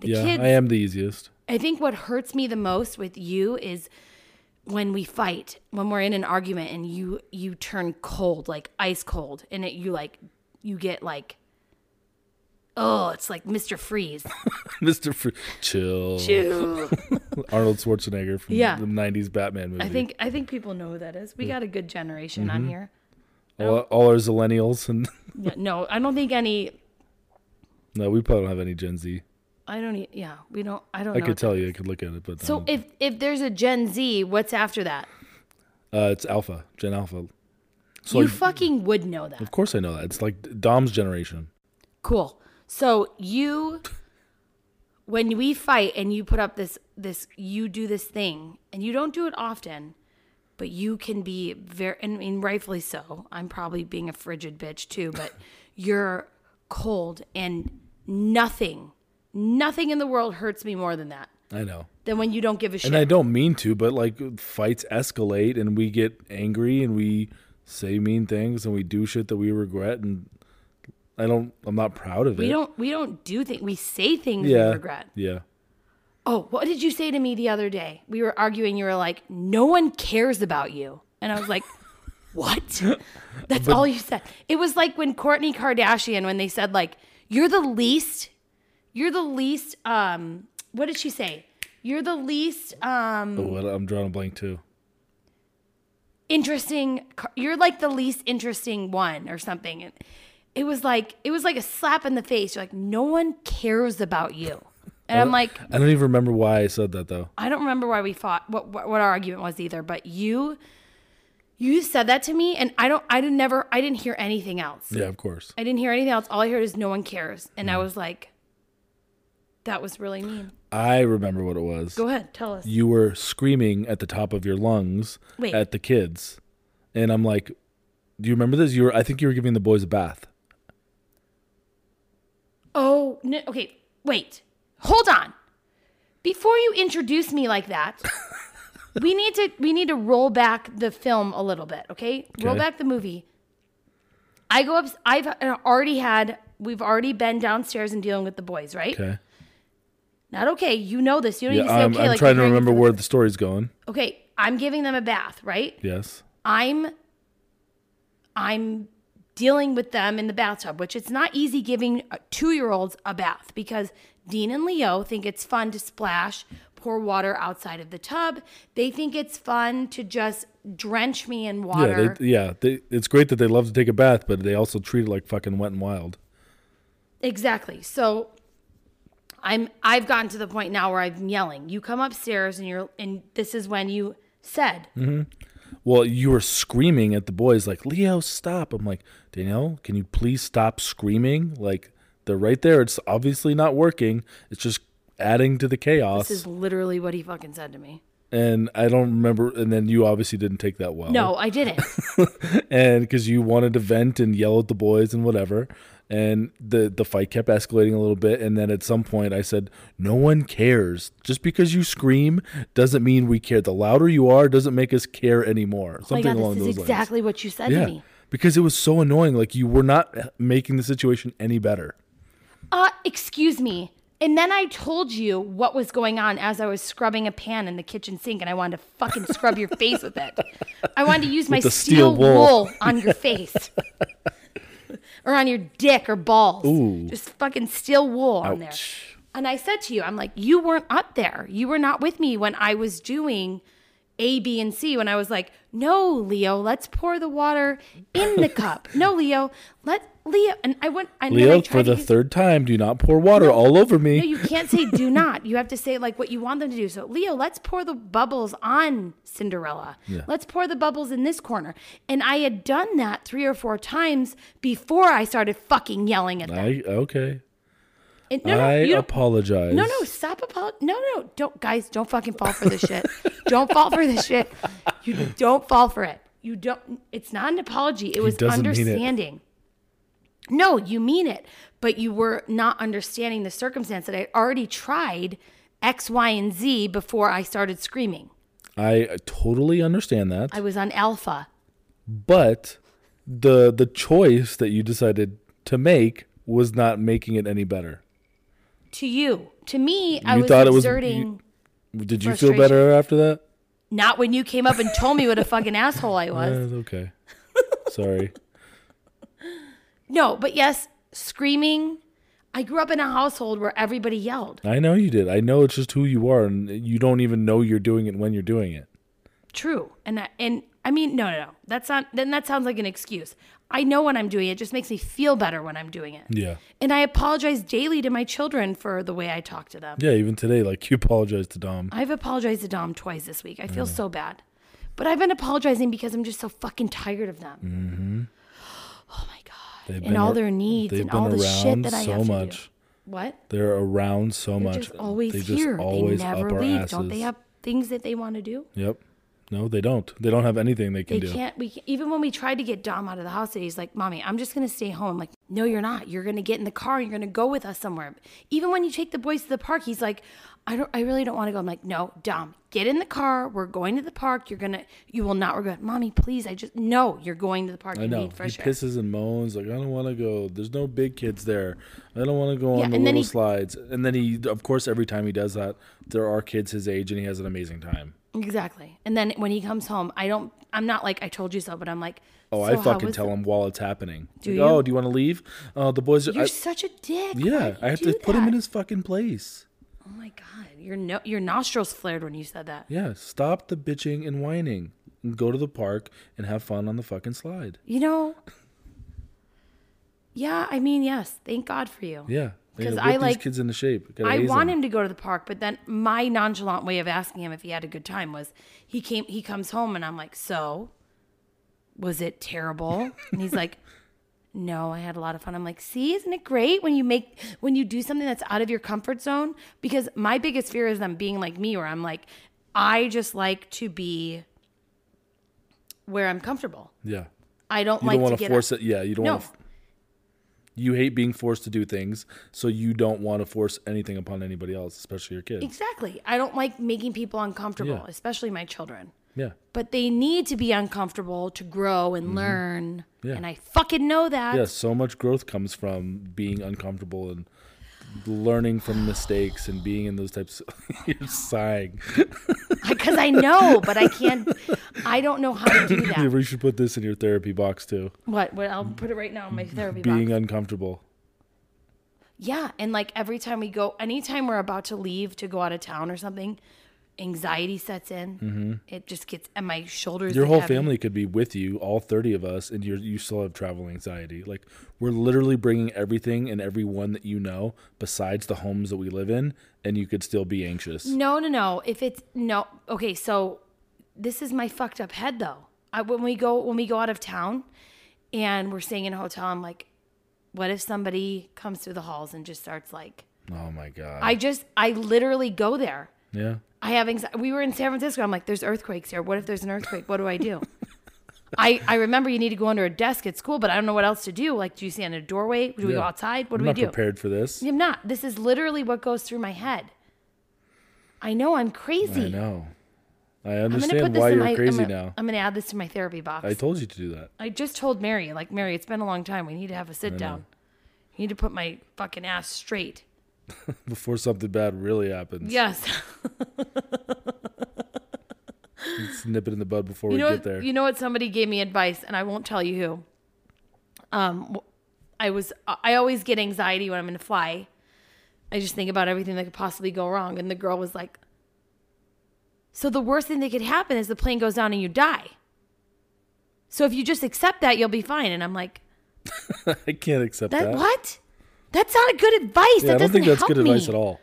Speaker 1: The
Speaker 2: yeah,
Speaker 1: kids
Speaker 2: I am the easiest.
Speaker 1: I think what hurts me the most with you is when we fight, when we're in an argument and you you turn cold, like ice cold, and it, you like you get like oh, it's like Mr. Freeze.
Speaker 2: Mr. Fr- Chill.
Speaker 1: Ew.
Speaker 2: Arnold Schwarzenegger from
Speaker 1: Yeah.
Speaker 2: the 90s Batman movie.
Speaker 1: I think I think people know who that is. We got a good generation
Speaker 2: Mm-hmm.
Speaker 1: on here.
Speaker 2: all, all our Zillennials and
Speaker 1: Yeah, No, I don't think any
Speaker 2: no, we probably don't have any Gen Z.
Speaker 1: I don't. e- Yeah, we don't. I don't.
Speaker 2: I
Speaker 1: know what
Speaker 2: could
Speaker 1: that-
Speaker 2: tell you. I could look at it, but
Speaker 1: So
Speaker 2: um,
Speaker 1: if if there's a Gen Z, what's after that?
Speaker 2: uh, it's Alpha Gen Alpha. So
Speaker 1: you
Speaker 2: like,
Speaker 1: fucking would know that.
Speaker 2: of course I know that. It's like Dom's generation.
Speaker 1: Cool. So you, when we fight and you put up this this, you do this thing, and you don't do it often, but you can be very, and I mean, rightfully so. I'm probably being a frigid bitch too, but you're cold, and nothing, nothing in the world hurts me more than that.
Speaker 2: I know.
Speaker 1: Than when you don't give a shit.
Speaker 2: And I don't mean to, but like fights escalate and we get angry and we say mean things and we do shit that we regret and I don't I'm not proud of it.
Speaker 1: we don't we don't do things. We say things
Speaker 2: yeah.
Speaker 1: we regret.
Speaker 2: Yeah.
Speaker 1: Oh, what did you say to me the other day? We were arguing. You were like, no one cares about you. And I was like, what? That's all you said. It was like when Courtney Kardashian, when they said, like, you're the least, you're the least, um, what did she say? You're the least um,
Speaker 2: Oh, I'm drawing a blank too.
Speaker 1: interesting. Car- You're like the least interesting one or something. And it was like it was like a slap in the face. You're like, no one cares about you. And I'm like,
Speaker 2: I don't even remember why I said that though.
Speaker 1: I don't remember why we fought, what, what what our argument was either. But you, you said that to me, and I don't, I didn't never, I didn't hear anything else.
Speaker 2: Yeah, of course.
Speaker 1: I didn't hear anything else. All I heard is no one cares, and I was like, that was really mean.
Speaker 2: I remember what it was.
Speaker 1: Go ahead, tell us.
Speaker 2: You were screaming at the top of your lungs
Speaker 1: Wait.
Speaker 2: at the kids. And I'm like, do you remember this? You were I think you were giving the boys a bath.
Speaker 1: Oh, no, okay, wait, hold on. Before you introduce me like that, we need to we need to roll back the film a little bit, okay? Roll
Speaker 2: Okay.
Speaker 1: back the movie. I go up. I've uh, already had. We've already been downstairs and dealing with the boys, right?
Speaker 2: Okay.
Speaker 1: Not okay. You know this. You don't
Speaker 2: Yeah,
Speaker 1: need to say
Speaker 2: I'm,
Speaker 1: okay.
Speaker 2: I'm
Speaker 1: like
Speaker 2: trying to
Speaker 1: you're hearing it
Speaker 2: remember
Speaker 1: from-
Speaker 2: where the story's going.
Speaker 1: Okay, I'm giving them a bath, right?
Speaker 2: Yes.
Speaker 1: I'm I'm dealing with them in the bathtub, which it's not easy giving uh, two-year-olds a bath because Dean and Leo think it's fun to splash, pour water outside of the tub. They think it's fun to just drench me in water.
Speaker 2: Yeah, they, yeah. They, it's great that they love to take a bath, but they also treat it like fucking wet and wild.
Speaker 1: Exactly. So I'm I've gotten to the point now where I'm yelling. You come upstairs and you're and this is when you said
Speaker 2: Well, you were screaming at the boys like, "Leo, stop!" I'm like, Danielle, can you please stop screaming? Like they're right there. It's obviously not working. It's just adding to the chaos.
Speaker 1: This is literally what he fucking said to me.
Speaker 2: and I don't remember. And then you obviously didn't take that well.
Speaker 1: No, I didn't.
Speaker 2: and because you wanted to vent and yell at the boys and whatever and the the fight kept escalating a little bit and then at some point i said no one cares just because you scream doesn't mean we care the louder you are doesn't make us care anymore
Speaker 1: oh my
Speaker 2: something
Speaker 1: god,
Speaker 2: along
Speaker 1: this
Speaker 2: those
Speaker 1: is exactly what you said to
Speaker 2: lines yeah
Speaker 1: me.
Speaker 2: because it was so annoying like you were not making the situation any better
Speaker 1: Uh, excuse me. And then I told you what was going on as I was scrubbing a pan in the kitchen sink, and I wanted to fucking scrub your face with it. I wanted to use my
Speaker 2: the
Speaker 1: steel,
Speaker 2: steel wool.
Speaker 1: wool. on your face, or on your dick or balls.
Speaker 2: Ooh.
Speaker 1: Just fucking steel wool on there.
Speaker 2: Ouch.
Speaker 1: And I said to you, I'm like, you weren't up there. You were not with me when I was doing A, B, and C. When I was like, no, Leo, let's pour the water in the cup. No, Leo, let Leo. And I went. And then I
Speaker 2: leo
Speaker 1: tried
Speaker 2: for
Speaker 1: to
Speaker 2: the
Speaker 1: use-
Speaker 2: third time do not pour water all over me
Speaker 1: no, you can't say do not. You have to say like what you want them to do. So, Leo, let's pour the bubbles on Cinderella. Let's pour the bubbles in this corner. And I had done that three or four times before I started fucking yelling at them.
Speaker 2: i okay
Speaker 1: And no,
Speaker 2: i
Speaker 1: no, you don't,
Speaker 2: apologize
Speaker 1: no, no, stop apolog. No, no, don't, guys, don't fucking fall for this shit. don't fall for this shit. You don't fall for it. You don't. It's not an apology. It was
Speaker 2: doesn't mean it.
Speaker 1: understanding. No, you mean it, but you were not understanding the circumstance that I already tried X, Y, and Z before I started screaming.
Speaker 2: i totally understand that
Speaker 1: I was on alpha.
Speaker 2: but the the choice that you decided to make was not making it any better.
Speaker 1: To you, to me, I
Speaker 2: You
Speaker 1: was
Speaker 2: thought it was-
Speaker 1: exerting.
Speaker 2: you- Did you feel better after that?
Speaker 1: not when you came up and told me what a fucking asshole I was.
Speaker 2: Uh, okay. Sorry.
Speaker 1: No, but yes, screaming. I grew up in a household where everybody yelled.
Speaker 2: I know you did. I know it's just who you are, and you don't even know you're doing it when you're doing it.
Speaker 1: True, and I, and I mean, no, no, no. That's not. Then that sounds like an excuse. I know when I'm doing it. It just makes me feel better when I'm doing it.
Speaker 2: Yeah.
Speaker 1: And I apologize daily to my children for the way I talk to them.
Speaker 2: Yeah, even today, like you apologized to Dom.
Speaker 1: I've apologized to Dom twice this week. I feel so bad. But I've been apologizing because I'm just so fucking tired of them.
Speaker 2: Mm-hmm.
Speaker 1: Oh my God.
Speaker 2: They've
Speaker 1: and all their needs
Speaker 2: they've
Speaker 1: and
Speaker 2: been
Speaker 1: all the shit
Speaker 2: around
Speaker 1: that I
Speaker 2: so
Speaker 1: have to
Speaker 2: much.
Speaker 1: do. What?
Speaker 2: They're around so
Speaker 1: They're
Speaker 2: much.
Speaker 1: just always
Speaker 2: they
Speaker 1: here.
Speaker 2: just always
Speaker 1: they
Speaker 2: up
Speaker 1: never
Speaker 2: our
Speaker 1: leave.
Speaker 2: asses.
Speaker 1: Don't they have things that they want to do?
Speaker 2: Yep. No, they don't. They don't have anything they can
Speaker 1: They
Speaker 2: do.
Speaker 1: can't. We can't- even when we tried to get Dom out of the house, he's like, "Mommy, I'm just gonna stay home." I'm like, "No, you're not. You're gonna get in the car. and You're gonna go with us somewhere." Even when you take the boys to the park, he's like, "I don't. I really don't want to go." I'm like, "No, Dom, get in the car. We're going to the park. You're gonna. You will not regret, Mommy. Please, I just no. You're going to the park.
Speaker 2: I
Speaker 1: you
Speaker 2: know.
Speaker 1: need
Speaker 2: He
Speaker 1: fresh air."
Speaker 2: pisses and moans like I don't want to go. There's no big kids there. I don't want to go
Speaker 1: Yeah,
Speaker 2: on the
Speaker 1: and then
Speaker 2: little
Speaker 1: he-
Speaker 2: slides. And then he, of course, every time he does that, there are kids his age, and he has an amazing time.
Speaker 1: exactly. And then when he comes home, I don't. I'm not like I told you so, but I'm like,
Speaker 2: Oh,
Speaker 1: "So
Speaker 2: I
Speaker 1: how
Speaker 2: fucking
Speaker 1: was
Speaker 2: tell
Speaker 1: the-"
Speaker 2: him while it's happening.
Speaker 1: Do
Speaker 2: Like,
Speaker 1: you?
Speaker 2: Oh, do you want to leave? Uh, the boys. Are,
Speaker 1: You're
Speaker 2: I,
Speaker 1: such a dick. Why
Speaker 2: yeah,
Speaker 1: do you
Speaker 2: I have
Speaker 1: do
Speaker 2: to put him
Speaker 1: that?"
Speaker 2: in his fucking place.
Speaker 1: Oh my god, your no, your nostrils flared when you said that.
Speaker 2: Yeah, stop the bitching and whining. And go to the park and have fun on the fucking slide.
Speaker 1: You know, yeah, I mean, yes, thank God for you.
Speaker 2: Yeah, they
Speaker 1: 'Cause
Speaker 2: whip
Speaker 1: I
Speaker 2: these
Speaker 1: like-
Speaker 2: kids into shape. Gotta
Speaker 1: I
Speaker 2: haze
Speaker 1: want
Speaker 2: them.
Speaker 1: him to go to the park, but then my nonchalant way of asking him if he had a good time was he came he comes home and I'm like, "So, was it terrible?" and he's like, "No, I had a lot of fun." I'm like, "See, isn't it great when you make when you do something that's out of your comfort zone?" Because my biggest fear is them being like me where I'm like, "I just like to be where I'm comfortable.
Speaker 2: Yeah,
Speaker 1: I don't
Speaker 2: you
Speaker 1: like
Speaker 2: don't
Speaker 1: to
Speaker 2: want to
Speaker 1: get
Speaker 2: force it. Yeah, you don't.
Speaker 1: No.
Speaker 2: want You hate being forced to do things, so you don't want to force anything upon anybody else, especially your kids.
Speaker 1: Exactly. I don't like making people uncomfortable,
Speaker 2: Yeah.
Speaker 1: especially my children.
Speaker 2: Yeah,
Speaker 1: But they need to be uncomfortable to grow and learn.
Speaker 2: Mm-hmm. Yeah.
Speaker 1: And I fucking know that.
Speaker 2: yeah. So much growth comes from being uncomfortable and learning from mistakes and being in those types. You're sighing.
Speaker 1: Because I know, but I can't I don't know how to do that.
Speaker 2: We should put this in your therapy box too.
Speaker 1: What what I'll put it right now in my therapy box.
Speaker 2: Being uncomfortable.
Speaker 1: Yeah. And like every time we go anytime we're about to leave to go out of town or something, anxiety sets in. It just gets and my shoulders
Speaker 2: Mm-hmm. Your
Speaker 1: get
Speaker 2: whole
Speaker 1: heavy.
Speaker 2: family could be with you, all 30 of us, and you're, you still have travel anxiety. Like, we're literally bringing everything and everyone that you know, besides the homes that we live in, and you could still be anxious.
Speaker 1: No, no, no. If it's no, okay. So this is my fucked up head though. I, when we go when we go out of town, and we're staying in a hotel, I'm like, what if somebody comes through the halls and just starts like,
Speaker 2: Oh my God.
Speaker 1: I just I literally go there.
Speaker 2: yeah.
Speaker 1: I have anxiety. We were in San Francisco. I'm like, there's earthquakes here. What if there's an earthquake? What do I do? I, I remember you need to go under a desk at school, but I don't know what else to do. Like, do you stand in a doorway? Do we go
Speaker 2: Yeah.
Speaker 1: outside? What
Speaker 2: I'm
Speaker 1: do
Speaker 2: not
Speaker 1: we do?
Speaker 2: prepared for this.
Speaker 1: I'm not. This is literally what goes through my head. I know I'm crazy.
Speaker 2: I know. I
Speaker 1: I'm gonna put
Speaker 2: understand
Speaker 1: this
Speaker 2: why
Speaker 1: in
Speaker 2: you're
Speaker 1: my,
Speaker 2: crazy
Speaker 1: I'm gonna,
Speaker 2: now.
Speaker 1: I'm gonna add this to my therapy box.
Speaker 2: I told you to do that.
Speaker 1: I just told Mary, like Mary, it's been a long time. We need to have a sit down. You need to put my fucking ass straight.
Speaker 2: Before something bad really happens.
Speaker 1: Yes.
Speaker 2: Snip it in the bud before
Speaker 1: you
Speaker 2: we
Speaker 1: know
Speaker 2: get
Speaker 1: what,
Speaker 2: there.
Speaker 1: you know what somebody gave me advice and I won't tell you who. Um wh- I was I always get anxiety when I'm gonna fly. I just think about everything that could possibly go wrong and the girl was like So the worst thing that could happen is the plane goes down and you die. So if you just accept that, you'll be fine and I'm like
Speaker 2: I can't accept
Speaker 1: That
Speaker 2: that.
Speaker 1: what? That's not a good advice.
Speaker 2: Yeah,
Speaker 1: that
Speaker 2: I don't
Speaker 1: doesn't
Speaker 2: think that's
Speaker 1: help
Speaker 2: good
Speaker 1: me.
Speaker 2: advice at all.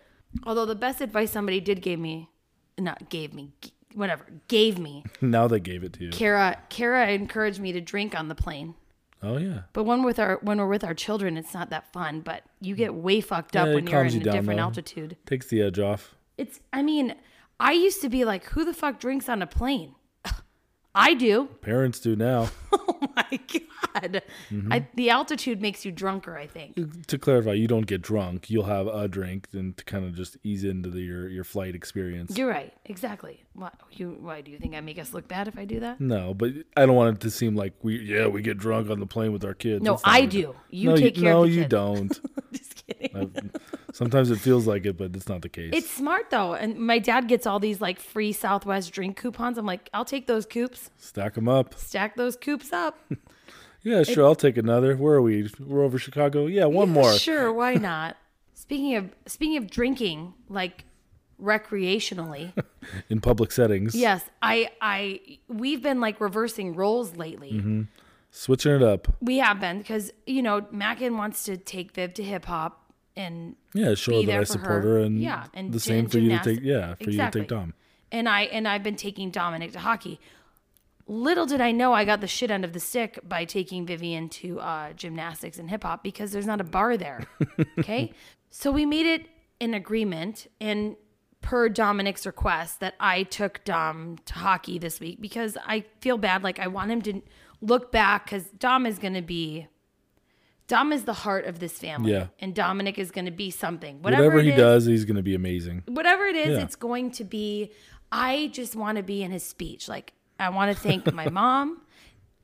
Speaker 1: Although the best advice somebody did gave me, not gave me, g- whatever, gave me.
Speaker 2: Now they gave it to you.
Speaker 1: Kara, Kara encouraged me to drink on the plane.
Speaker 2: Oh, yeah.
Speaker 1: But when with our when we're with our children, it's not that fun. But you get way fucked up
Speaker 2: Yeah, it
Speaker 1: when you're
Speaker 2: calms
Speaker 1: in
Speaker 2: you
Speaker 1: a
Speaker 2: down,
Speaker 1: different
Speaker 2: though.
Speaker 1: altitude.
Speaker 2: Takes the edge off.
Speaker 1: It's. I mean, I used to be like, who the fuck drinks on a plane? I do.
Speaker 2: Parents do now.
Speaker 1: Oh my god!
Speaker 2: Mm-hmm.
Speaker 1: I, the altitude makes you drunker. I think.
Speaker 2: to clarify, you don't get drunk. You'll have a drink and to kind of just ease into the, your your flight experience.
Speaker 1: You're right. Exactly. Why, you, why do you think I make us look bad if I do that?
Speaker 2: no, but I don't want it to seem like we yeah we get drunk on the plane with our kids.
Speaker 1: No,
Speaker 2: That's not
Speaker 1: I
Speaker 2: what we
Speaker 1: do. You
Speaker 2: no,
Speaker 1: take care
Speaker 2: no,
Speaker 1: of the
Speaker 2: you
Speaker 1: kids.
Speaker 2: don't.
Speaker 1: Just kidding.
Speaker 2: Sometimes it feels like it, but it's not the case.
Speaker 1: It's smart though, and my dad gets all these like free Southwest drink coupons. I'm like, I'll take those coops,
Speaker 2: Stack them up.
Speaker 1: stack those coops up.
Speaker 2: Yeah, sure. I'll take another. Where are we? We're over Chicago. Yeah, one more.
Speaker 1: Sure, why not? Speaking of speaking of drinking, like recreationally,
Speaker 2: In public settings. Mm-hmm.
Speaker 1: yes, I I we've been like reversing roles lately.
Speaker 2: Switching it up.
Speaker 1: We have been because you know Mackin wants to take Viv to hip hop and
Speaker 2: Yeah, show
Speaker 1: Be
Speaker 2: her that
Speaker 1: there
Speaker 2: I
Speaker 1: for
Speaker 2: support
Speaker 1: her.
Speaker 2: her, and,
Speaker 1: Yeah, and
Speaker 2: the
Speaker 1: gy-
Speaker 2: same for
Speaker 1: gymnastic-
Speaker 2: you to take. Yeah, for
Speaker 1: Exactly.
Speaker 2: you to take Dom.
Speaker 1: and I and I've been taking Dominic to hockey. Little did I know I got the shit end of the stick by taking Vivian to uh, gymnastics and hip hop because there's not a bar there. Okay, so we made it an agreement, and per Dominic's request, that I took Dom to hockey this week because I feel bad. Like I want him to look back because Dom is going to be. Dom is the heart of this family,
Speaker 2: Yeah.
Speaker 1: and Dominic is going to be something. Whatever,
Speaker 2: Whatever
Speaker 1: it
Speaker 2: he
Speaker 1: is,
Speaker 2: does, he's going to be amazing.
Speaker 1: whatever it is,
Speaker 2: Yeah.
Speaker 1: it's going to be. I just want to be in his speech. Like I want to thank my mom.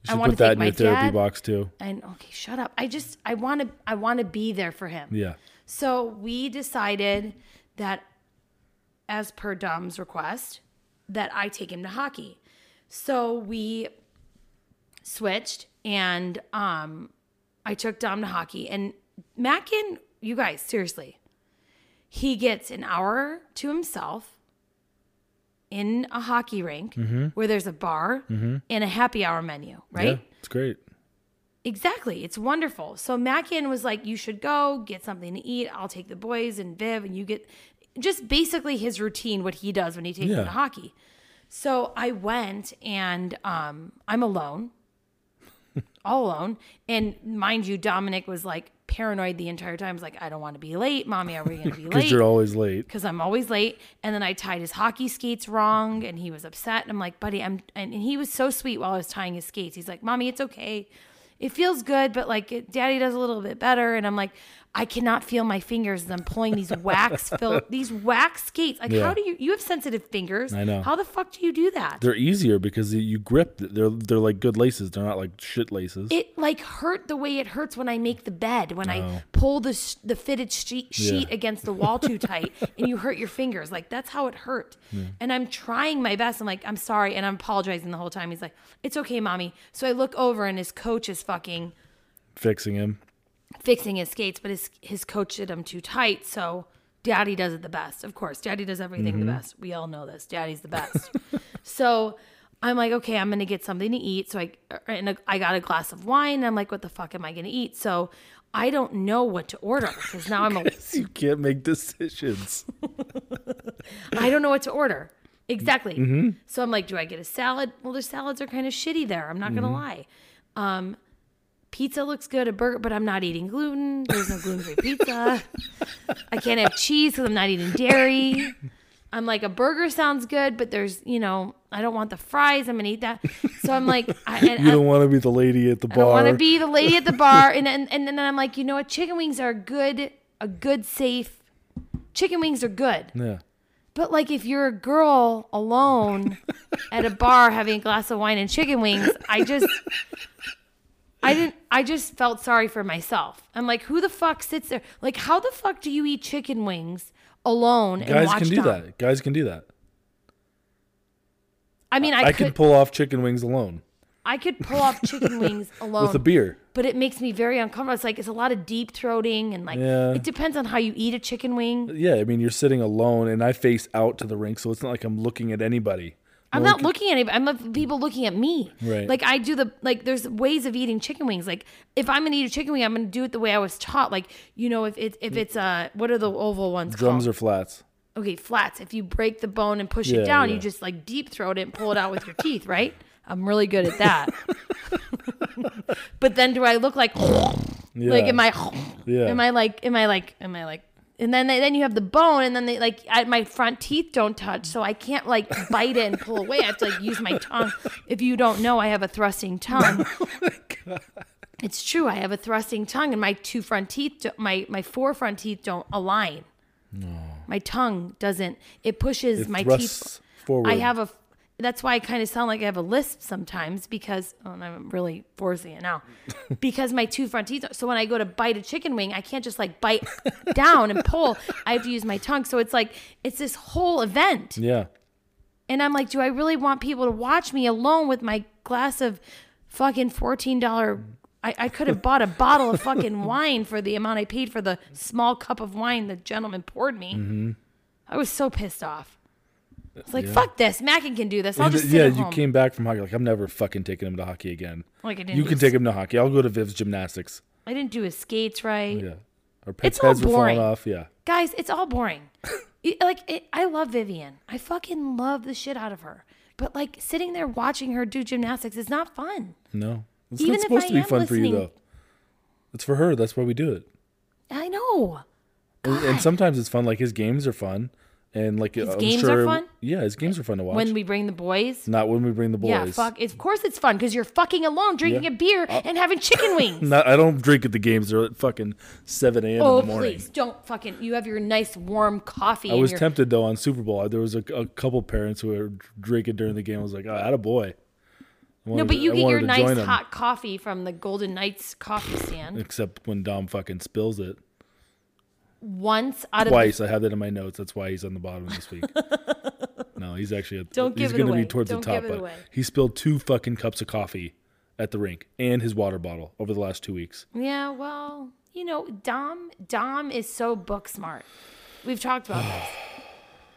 Speaker 1: I
Speaker 2: You
Speaker 1: want
Speaker 2: put
Speaker 1: to thank
Speaker 2: that in
Speaker 1: my
Speaker 2: your therapy
Speaker 1: dad.
Speaker 2: box too.
Speaker 1: And okay, shut up. I just I want to I want to be there for him.
Speaker 2: Yeah,
Speaker 1: So we decided that, as per Dom's request, that I take him to hockey. So we switched, and um, I took Dom to hockey. And Mackin, you guys, seriously, he gets an hour to himself in a hockey rink where there's a bar and a happy hour menu, right?
Speaker 2: yeah, it's great.
Speaker 1: Exactly. It's wonderful. So Mackin was like, you should go get something to eat. I'll take the boys and Viv and you get just basically his routine, what he does when he takes
Speaker 2: Yeah.
Speaker 1: them to hockey. So I went and um, I'm alone, all alone. And mind you, Dominic was like paranoid the entire time. He's like, I don't want to be late. Mommy, are we going to be
Speaker 2: Because
Speaker 1: late?
Speaker 2: you're always late.
Speaker 1: because I'm always late. And then I tied his hockey skates wrong, and he was upset. And I'm like, buddy, I'm. And, and he was so sweet while I was tying his skates. He's like, mommy, it's okay. It feels good, but like, it, daddy does a little bit better. And I'm like, I cannot feel my fingers as I'm pulling these wax fill these wax skates. Like,
Speaker 2: Yeah.
Speaker 1: how do you? You have sensitive fingers.
Speaker 2: I know.
Speaker 1: How the fuck do you do that?
Speaker 2: They're easier because you grip. They're they're like good laces. They're not like shit laces.
Speaker 1: it like hurt the way it hurts when I make the bed when I pull the sh- the fitted she- sheet
Speaker 2: Yeah.
Speaker 1: against the wall too tight and you hurt your fingers like that's how it hurt and I'm trying my best I'm like I'm sorry and I'm apologizing the whole time he's like it's okay mommy so I look over and his coach is fucking
Speaker 2: Fixing him.
Speaker 1: fixing his skates but his his coach did them too tight so daddy does it the best of course daddy does everything the best we all know this daddy's the best So I'm like, okay, I'm gonna get something to eat. So I and a- I got a glass of wine. I'm like, what the fuck am I gonna eat? So I don't know what to order because now I'm a,
Speaker 2: You can't make decisions.
Speaker 1: I don't know what to order exactly.
Speaker 2: Mm-hmm.
Speaker 1: So I'm like, do I get a salad? Well, their salads are kind of shitty there. I'm not
Speaker 2: Mm-hmm.
Speaker 1: gonna lie. Um, pizza looks good, a burger, but I'm not eating gluten. There's no gluten free pizza. I can't have cheese because I'm not eating dairy. I'm like, a burger sounds good, but there's, you know, I don't want the fries. I'm gonna eat that. So I'm like, I, and,
Speaker 2: You don't want to be the lady at the
Speaker 1: I don't want
Speaker 2: bar.
Speaker 1: to be the lady at the bar. And then, and then I'm like, you know what? Chicken wings are good, a good, safe. Chicken wings are good.
Speaker 2: yeah.
Speaker 1: But like, if you're a girl alone at a bar having a glass of wine and chicken wings, I just, I didn't, I just felt sorry for myself. I'm like, who the fuck sits there? Like, how the fuck do you eat chicken wings alone and
Speaker 2: Guys
Speaker 1: watch
Speaker 2: can do
Speaker 1: Dom?
Speaker 2: that. Guys can do that.
Speaker 1: I mean, I,
Speaker 2: I,
Speaker 1: could,
Speaker 2: can pull off chicken wings alone
Speaker 1: I could pull off chicken wings alone
Speaker 2: with a beer.
Speaker 1: but it makes me very uncomfortable. It's like it's a lot of deep throating and like
Speaker 2: Yeah.
Speaker 1: it depends on how you eat a chicken wing.
Speaker 2: Yeah, I mean you're sitting alone, and I face out to the rink, so it's not like I'm looking at anybody.
Speaker 1: I'm not looking at it. I'm of people looking at me.
Speaker 2: Right.
Speaker 1: Like I do the like. There's ways of eating chicken wings. Like if I'm gonna eat a chicken wing, I'm gonna do it the way I was taught. Like you know, if it if it's uh what are the oval ones
Speaker 2: Drums
Speaker 1: called?
Speaker 2: or flats.
Speaker 1: okay, flats. If you break the bone and push
Speaker 2: Yeah,
Speaker 1: it down,
Speaker 2: yeah.
Speaker 1: you just like deep throat it and pull it out with your teeth, right? I'm really good at that. but then do I look like
Speaker 2: Yeah.
Speaker 1: like am I
Speaker 2: Yeah.
Speaker 1: Am I like? Am I like? Am I like? And then then you have the bone, and then they like I, my front teeth don't touch, so I can't like bite it and pull away. I have to like use my tongue. If you don't know, I have a thrusting tongue. It's true. I have a thrusting tongue, and my two front teeth, do- my my four front teeth don't align. My tongue doesn't. It pushes
Speaker 2: It
Speaker 1: my teeth
Speaker 2: thrusts forward.
Speaker 1: I have a. That's why I kind of sound like I have a lisp sometimes because oh, and I'm really forcing it now because my two front teeth. Are, so when I go to bite a chicken wing, I can't just like bite down and pull. I have to use my tongue. So it's like it's this whole event,
Speaker 2: Yeah.
Speaker 1: and I'm like, do I really want people to watch me alone with my glass of fucking fourteen dollar? I, I could have bought a bottle of fucking wine for the amount I paid for
Speaker 2: Mm-hmm.
Speaker 1: the small cup of wine the gentleman poured me. I was so pissed off. It's like fuck this. Mackin can do this. I'll
Speaker 2: And
Speaker 1: just
Speaker 2: th-
Speaker 1: sit
Speaker 2: yeah,
Speaker 1: at
Speaker 2: you
Speaker 1: home.
Speaker 2: came back from hockey. Like I'm never fucking taking him to hockey again.
Speaker 1: Like I didn't.
Speaker 2: You
Speaker 1: do his-
Speaker 2: can take him to hockey. I'll go to Viv's gymnastics.
Speaker 1: I didn't do his skates right,
Speaker 2: Yeah, our pets'
Speaker 1: It's all
Speaker 2: heads were falling
Speaker 1: boring.
Speaker 2: off. Yeah,
Speaker 1: guys. It's all boring. You- like it, I love Vivian. I fucking love the shit out of her. But like sitting there watching her do gymnastics is not fun.
Speaker 2: no, it's
Speaker 1: Even
Speaker 2: not
Speaker 1: if
Speaker 2: supposed
Speaker 1: I
Speaker 2: to be
Speaker 1: am
Speaker 2: fun for you
Speaker 1: listening-
Speaker 2: though. It's for her. That's why we do it.
Speaker 1: I know.
Speaker 2: And, and sometimes it's fun. Like his games are fun, and like his I'm
Speaker 1: games
Speaker 2: sure,
Speaker 1: are fun?
Speaker 2: Yeah, his games are fun to watch.
Speaker 1: When we bring the boys.
Speaker 2: not when we bring the boys.
Speaker 1: Yeah, fuck. It's, of course it's fun because you're fucking alone drinking
Speaker 2: Yeah.
Speaker 1: a beer and having chicken wings.
Speaker 2: Not, I don't drink at the games. They're at fucking seven a.m.
Speaker 1: oh,
Speaker 2: in the morning.
Speaker 1: please don't fucking. You have your nice warm coffee.
Speaker 2: I
Speaker 1: and
Speaker 2: was
Speaker 1: your,
Speaker 2: tempted though on Super Bowl. There was a, a couple parents who were drinking during the game. I was like, oh, atta boy. I
Speaker 1: No,
Speaker 2: wanted
Speaker 1: but
Speaker 2: to-
Speaker 1: you
Speaker 2: I
Speaker 1: get your
Speaker 2: wanted to join
Speaker 1: nice
Speaker 2: 'em,
Speaker 1: hot coffee from the Golden Knights coffee stand
Speaker 2: Except when Dom fucking spills it
Speaker 1: once out of
Speaker 2: twice. I have that in my notes. That's why he's on the bottom this week. no, he's actually at,
Speaker 1: Don't
Speaker 2: he's
Speaker 1: give it
Speaker 2: gonna
Speaker 1: away.
Speaker 2: be towards
Speaker 1: Don't
Speaker 2: the top.
Speaker 1: give it
Speaker 2: but
Speaker 1: away.
Speaker 2: He spilled two fucking cups of coffee at the rink and his water bottle over the last two weeks.
Speaker 1: Yeah, well, you know, Dom Dom is so book smart. We've talked about this.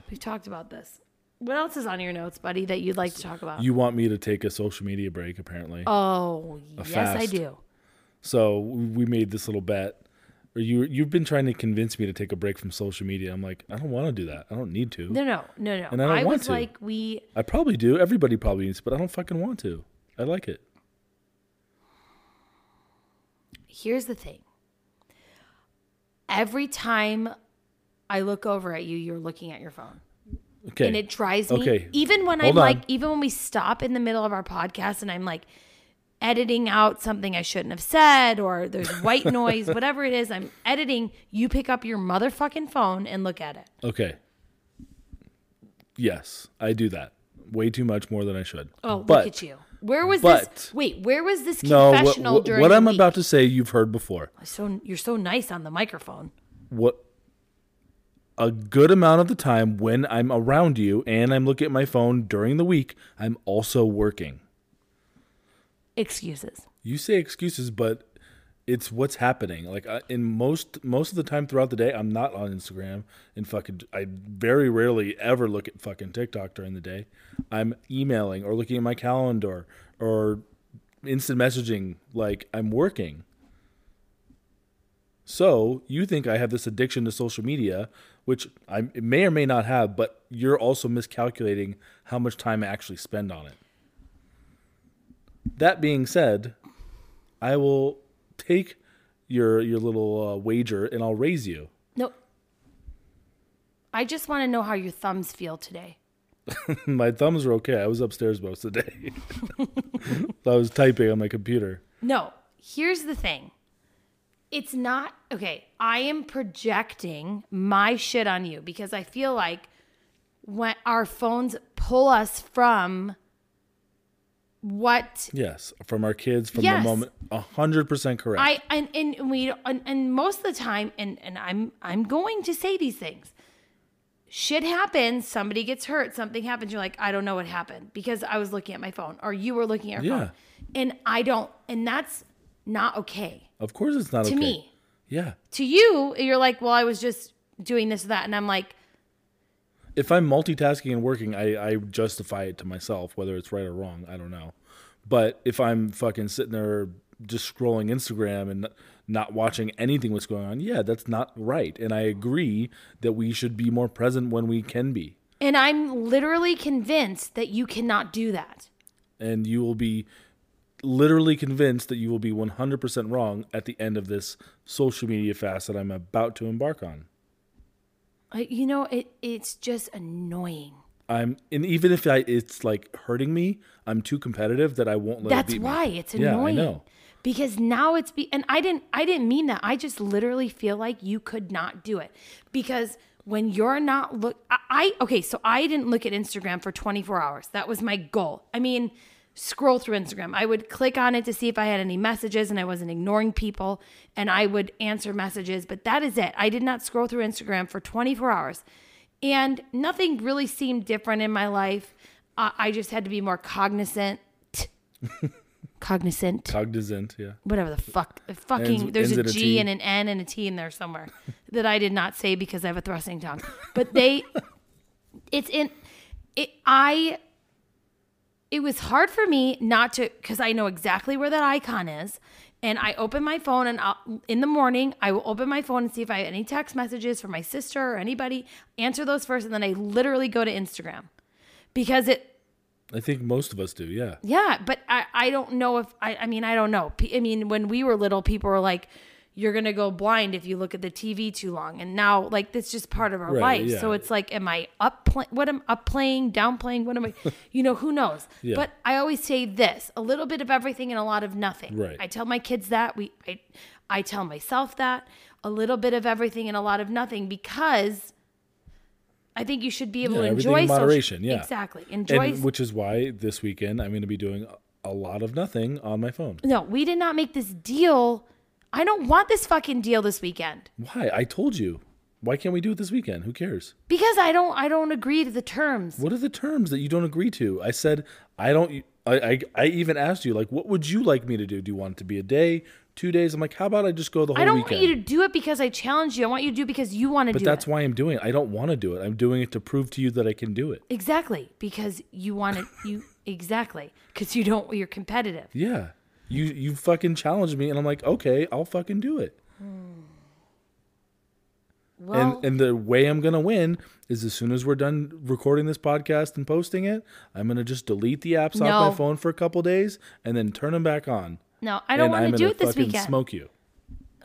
Speaker 1: We've talked about this. What else is on your notes, buddy, that you'd like to talk about?
Speaker 2: You want me to take a social media break? Apparently,
Speaker 1: oh, yes, I
Speaker 2: fast.
Speaker 1: do.
Speaker 2: So we made this little bet. Or you you've been trying to convince me to take a break from social media. I'm like, I don't want to do that. I don't need to.
Speaker 1: No, no, no, no.
Speaker 2: And I don't want
Speaker 1: was
Speaker 2: to.
Speaker 1: like, we
Speaker 2: I probably do. Everybody probably needs, to, but I don't fucking want to. I like it.
Speaker 1: here's the thing. Every time I look over at you, you're looking at your phone.
Speaker 2: Okay.
Speaker 1: and it drives me
Speaker 2: Okay.
Speaker 1: even when i'm
Speaker 2: Hold
Speaker 1: like
Speaker 2: on.
Speaker 1: even when we stop in the middle of our podcast and i'm like editing out something i shouldn't have said or there's white noise whatever it is i'm editing you pick up your motherfucking phone and look at it
Speaker 2: okay. Yes, I do that way too much more than I should.
Speaker 1: oh
Speaker 2: but,
Speaker 1: look at you where was
Speaker 2: but-
Speaker 1: this wait where was this
Speaker 2: No, what-
Speaker 1: confessional
Speaker 2: what,
Speaker 1: during
Speaker 2: what
Speaker 1: the
Speaker 2: I'm
Speaker 1: week?
Speaker 2: about to say, you've heard before.
Speaker 1: so you're so nice on the microphone
Speaker 2: What a good amount of the time when I'm around you and I'm looking at my phone during the week, I'm also working.
Speaker 1: excuses
Speaker 2: you say excuses but it's what's happening like I, in most most of the time throughout the day i'm not on instagram and fucking i very rarely ever look at fucking tiktok during the day i'm emailing or looking at my calendar or instant messaging like i'm working so you think i have this addiction to social media which i may or may not have but you're also miscalculating how much time i actually spend on it that being said, I will take your your little uh, wager and I'll raise you.
Speaker 1: no i just want to know how your thumbs feel today
Speaker 2: My thumbs are okay. I was upstairs most of the day. I was typing on my computer.
Speaker 1: No, here's the thing. It's not okay. I am projecting my shit on you because I feel like when our phones pull us from what
Speaker 2: Yes, from our kids, from
Speaker 1: Yes.
Speaker 2: the moment, hundred percent correct.
Speaker 1: I and and we and, and most of the time and and I'm I'm going to say these things. Shit happens. Somebody gets hurt. Something happens. You're like, I don't know what happened because I was looking at my phone, or you were looking at your
Speaker 2: Yeah.
Speaker 1: phone, and I don't. And that's not okay
Speaker 2: of course, it's not
Speaker 1: to
Speaker 2: okay.
Speaker 1: me.
Speaker 2: Yeah,
Speaker 1: to you, you're like, well, I was just doing this or that. And I'm like,
Speaker 2: if I'm multitasking and working, I, I justify it to myself, whether it's right or wrong. I don't know. But if I'm fucking sitting there just scrolling Instagram and not watching anything what's going on, yeah, that's not right. And I agree that we should be more present when we can be.
Speaker 1: and I'm literally convinced that you cannot do that.
Speaker 2: And you will be literally convinced that you will be 100% wrong at the end of this social media fast that I'm about to embark on.
Speaker 1: Uh, You know, it, it's just annoying.
Speaker 2: I'm and even if I it's like hurting me, I'm too competitive that I won't let it
Speaker 1: That's
Speaker 2: beat
Speaker 1: why
Speaker 2: me.
Speaker 1: it's
Speaker 2: Yeah, I
Speaker 1: annoying.
Speaker 2: know.
Speaker 1: Because now it's be and I didn't I didn't mean that. I just literally feel like you could not do it. Because when you're not look I, I okay, so I didn't look at Instagram for 24 hours. That was my goal. I mean, scroll through Instagram. I would click on it to see if I had any messages and I wasn't ignoring people and I would answer messages, but that is it. I did not scroll through Instagram for 24 hours. And nothing really seemed different in my life. Uh, I just had to be more cognizant cognizant,
Speaker 2: Cognizant, yeah.
Speaker 1: whatever the fuck, fucking.
Speaker 2: Ends-
Speaker 1: there's
Speaker 2: ends
Speaker 1: a
Speaker 2: in a
Speaker 1: G
Speaker 2: T.
Speaker 1: and an N and a T in there somewhere that I did not say because I have a thrusting tongue. But they, it's in, it I it was hard for me not to because I know exactly where that icon is. And I open my phone, and I'll, in the morning, I will open my phone and see if I have any text messages from my sister or anybody. Answer those first, and then I literally go to Instagram because it
Speaker 2: I think most of us do. Yeah.
Speaker 1: yeah, but I, I don't know if I I mean I don't know. P- I mean when we were little, people were like, "You're gonna go blind if you look at the TV too long," and now like that's just part of our
Speaker 2: Right,
Speaker 1: life.
Speaker 2: yeah.
Speaker 1: So it's like, am I up playing? What am up playing? Down playing? What am I? you know who knows?
Speaker 2: Yeah.
Speaker 1: But I always say this: a little bit of everything and a lot of nothing.
Speaker 2: Right.
Speaker 1: I tell my kids that we I I tell myself that a little bit of everything and a lot of nothing because. I think you should be able
Speaker 2: Yeah,
Speaker 1: to
Speaker 2: everything
Speaker 1: enjoy
Speaker 2: in
Speaker 1: social-
Speaker 2: moderation, yeah.
Speaker 1: exactly. Enjoy
Speaker 2: And which is why this weekend I'm going to be doing a lot of nothing on my phone.
Speaker 1: No, we did not make this deal. I don't want this fucking deal this weekend
Speaker 2: Why? I told you. Why can't we do it this weekend? Who cares?
Speaker 1: because I don't I don't agree to the terms.
Speaker 2: What are the terms that you don't agree to? I said I don't. e-" I, I, I even asked you like, what would you like me to do? Do you want it to be a day, two days? I'm like, how about I just go the whole
Speaker 1: I don't
Speaker 2: weekend?
Speaker 1: want you to do it because I challenge you. I want you to do it because you want to
Speaker 2: but
Speaker 1: do
Speaker 2: that's
Speaker 1: it.
Speaker 2: why I'm doing it. I don't want to do it. I'm doing it to prove to you that I can do it.
Speaker 1: exactly because you want it. You exactly because you don't. You're competitive.
Speaker 2: Yeah. You you fucking challenged me, and I'm like, okay, I'll fucking do it.
Speaker 1: Well,
Speaker 2: and and the way I'm gonna win is as soon as we're done recording this podcast and posting it, I'm gonna just delete the apps off
Speaker 1: No.
Speaker 2: my phone for a couple days and then turn them back on.
Speaker 1: no, I don't
Speaker 2: and
Speaker 1: want
Speaker 2: I'm
Speaker 1: to do
Speaker 2: gonna
Speaker 1: it this
Speaker 2: fucking
Speaker 1: weekend.
Speaker 2: Smoke you.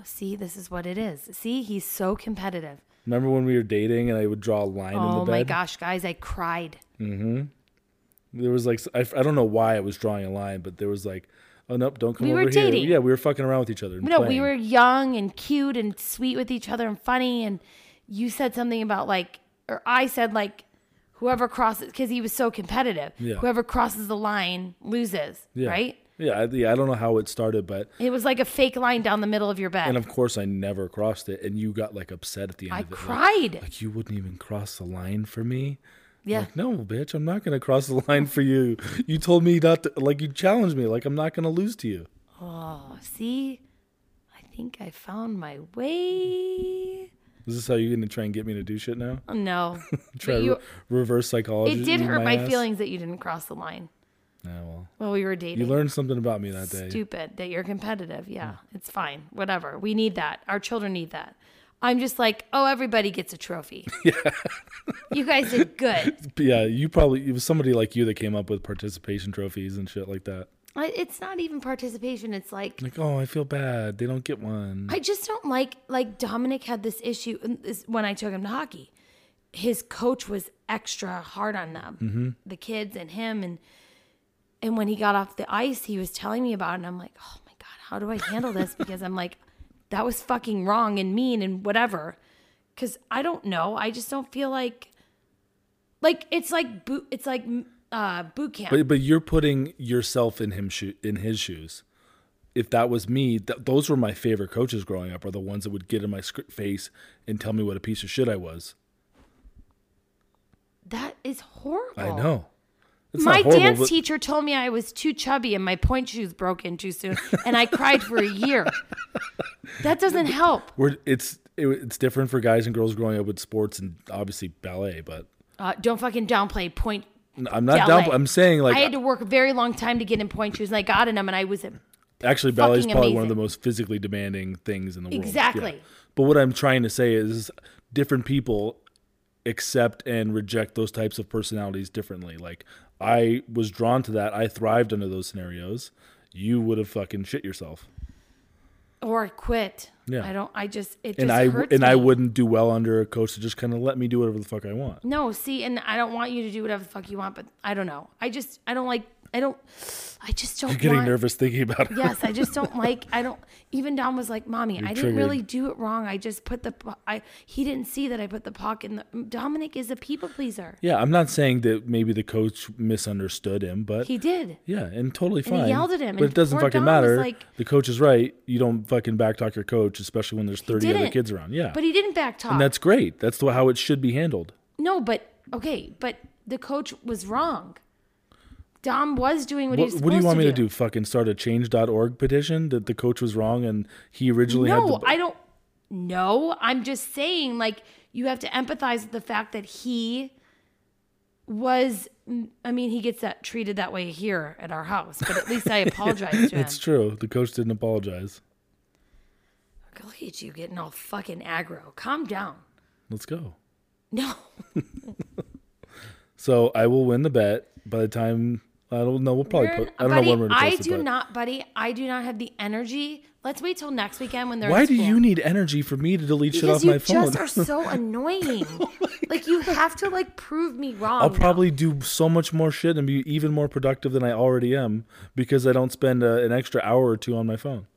Speaker 1: See, this is what it is. See, he's so competitive.
Speaker 2: Remember when we were dating and I would draw a line in
Speaker 1: Oh
Speaker 2: the bed?
Speaker 1: my gosh, guys, I cried.
Speaker 2: There was like s- I, I don't know why I was drawing a line, but there was like, oh nope, don't come
Speaker 1: We were
Speaker 2: over here.
Speaker 1: dating.
Speaker 2: Yeah, we were fucking around with each other. and
Speaker 1: No, we
Speaker 2: playing.
Speaker 1: were young and cute and sweet with each other and funny. And you said something about like, or I said like, whoever crosses because he was so competitive.
Speaker 2: Yeah.
Speaker 1: Whoever crosses the line loses.
Speaker 2: yeah.
Speaker 1: Right.
Speaker 2: Yeah, I, yeah, I don't know how it started, but
Speaker 1: It was like a fake line down the middle of your bed.
Speaker 2: and of course I never crossed it, and you got like upset at the end
Speaker 1: I
Speaker 2: of it. like-
Speaker 1: cried.
Speaker 2: like you wouldn't even cross the line for me.
Speaker 1: yeah.
Speaker 2: Like, no, bitch, I'm not gonna cross the line for you. You told me not to like you challenged me, like I'm not gonna lose to you.
Speaker 1: oh, see, I think I found my way.
Speaker 2: Is this how you're gonna try and get me to do shit now?
Speaker 1: Oh, no.
Speaker 2: Try
Speaker 1: But you-
Speaker 2: re- reverse psychology.
Speaker 1: it did
Speaker 2: in
Speaker 1: hurt my
Speaker 2: ass?
Speaker 1: feelings that you didn't cross the line
Speaker 2: Yeah, well.
Speaker 1: while we were
Speaker 2: You
Speaker 1: dating.
Speaker 2: learned something about me that day.
Speaker 1: stupid that you're competitive. Yeah, it's fine. Whatever. We need that. Our children need that. I'm just like, oh, everybody gets a trophy. Yeah. you guys did good.
Speaker 2: Yeah, you probably it was somebody like you that came up with participation trophies and shit like that.
Speaker 1: I, it's not even participation. It's like
Speaker 2: Like, oh, I feel bad. They don't get one.
Speaker 1: I just don't like like Dominic had this issue in- is- when I took him to hockey. His coach was extra hard on them,
Speaker 2: Mm-hmm.
Speaker 1: the kids and him, and and when he got off the ice, he was telling me about it, and I'm like, oh my god, how do I handle this? Because I'm like, that was fucking wrong and mean and whatever. Because I don't know, I just don't feel like like it's like boot it's like uh, boot camp.
Speaker 2: But but you're putting yourself in him sho- in his shoes. If that was me, th- those were my favorite coaches growing up. Are the ones that would get in my sc- face and tell me what a piece of shit I was.
Speaker 1: that is horrible.
Speaker 2: I know. It's
Speaker 1: Oh. my
Speaker 2: not horrible,
Speaker 1: dance
Speaker 2: but
Speaker 1: teacher told me I was too chubby and my point shoes broke in too soon, and I cried for a year. That doesn't help.
Speaker 2: we're, it's it, it's different for guys and girls growing up with sports and obviously ballet. But
Speaker 1: Uh, don't fucking downplay point.
Speaker 2: n- I'm not
Speaker 1: Ballet.
Speaker 2: down. I'm saying like uh,
Speaker 1: I had to work a very long time to get in point shoes, and I got in them, and I was
Speaker 2: actually ballet is
Speaker 1: fucking
Speaker 2: probably one of the
Speaker 1: amazing.
Speaker 2: most physically demanding things in the world. Yeah.
Speaker 1: Exactly.
Speaker 2: But what I'm trying to say is different people accept and reject those types of personalities differently. Like I was drawn to that. I thrived under those scenarios. You would have fucking shit yourself.
Speaker 1: or quit.
Speaker 2: Yeah.
Speaker 1: I don't. I just it just
Speaker 2: And I
Speaker 1: hurts
Speaker 2: and I
Speaker 1: me.
Speaker 2: wouldn't do well under a coach to just kind of let me do whatever the fuck I want.
Speaker 1: No, see, and I don't want you to do whatever the fuck you want, but I don't know. I just I don't like. I don't. I just don't.
Speaker 2: Getting
Speaker 1: want,
Speaker 2: nervous thinking about it.
Speaker 1: yes, I just don't like. I don't. Even Dom was like, "Mommy, I didn't
Speaker 2: triggered.
Speaker 1: really do it wrong. I just put the. po- I he didn't see that I put the pock in the. Dominic is a people pleaser.
Speaker 2: Yeah, I'm not saying that maybe the coach misunderstood him, but
Speaker 1: He did.
Speaker 2: yeah, and totally fine.
Speaker 1: he yelled at him,
Speaker 2: but
Speaker 1: and
Speaker 2: it doesn't
Speaker 1: poor
Speaker 2: fucking
Speaker 1: Dom was
Speaker 2: matter.
Speaker 1: like-
Speaker 2: the coach is right. You don't fucking backtalk your coach, especially when there's 30 other
Speaker 1: didn't.
Speaker 2: kids around. Yeah,
Speaker 1: But he didn't back talk.
Speaker 2: and that's great. That's the, how it should be handled.
Speaker 1: no, but okay, but the coach was wrong. Dom was doing what, he was
Speaker 2: What,
Speaker 1: supposed
Speaker 2: what do you want
Speaker 1: to
Speaker 2: me to do? Fucking start a change.org petition that the coach was wrong and he originally
Speaker 1: No,
Speaker 2: had the.
Speaker 1: I don't. No, I'm just saying, like, you have to empathize with the fact that he was I mean, he gets that treated that way here at our house, but at least I apologized to him.
Speaker 2: It's true. The coach didn't apologize.
Speaker 1: Look at you getting all fucking aggro. Calm down.
Speaker 2: Let's go.
Speaker 1: No.
Speaker 2: So I will win the bet by the time I don't know. We'll probably
Speaker 1: Aaron,
Speaker 2: put. Oh, I don't
Speaker 1: buddy,
Speaker 2: know when we're gonna
Speaker 1: I
Speaker 2: post
Speaker 1: do
Speaker 2: it, but-
Speaker 1: not, buddy. I do not have the energy. Let's wait till next weekend when they're.
Speaker 2: Why
Speaker 1: in
Speaker 2: do
Speaker 1: school.
Speaker 2: you need energy for me to delete shit off
Speaker 1: Because you
Speaker 2: my phone? Oh
Speaker 1: just are so annoying. like you have to like prove me wrong.
Speaker 2: I'll
Speaker 1: now.
Speaker 2: probably do so much more shit and be even more productive than I already am because I don't spend uh, an extra hour or two on my phone.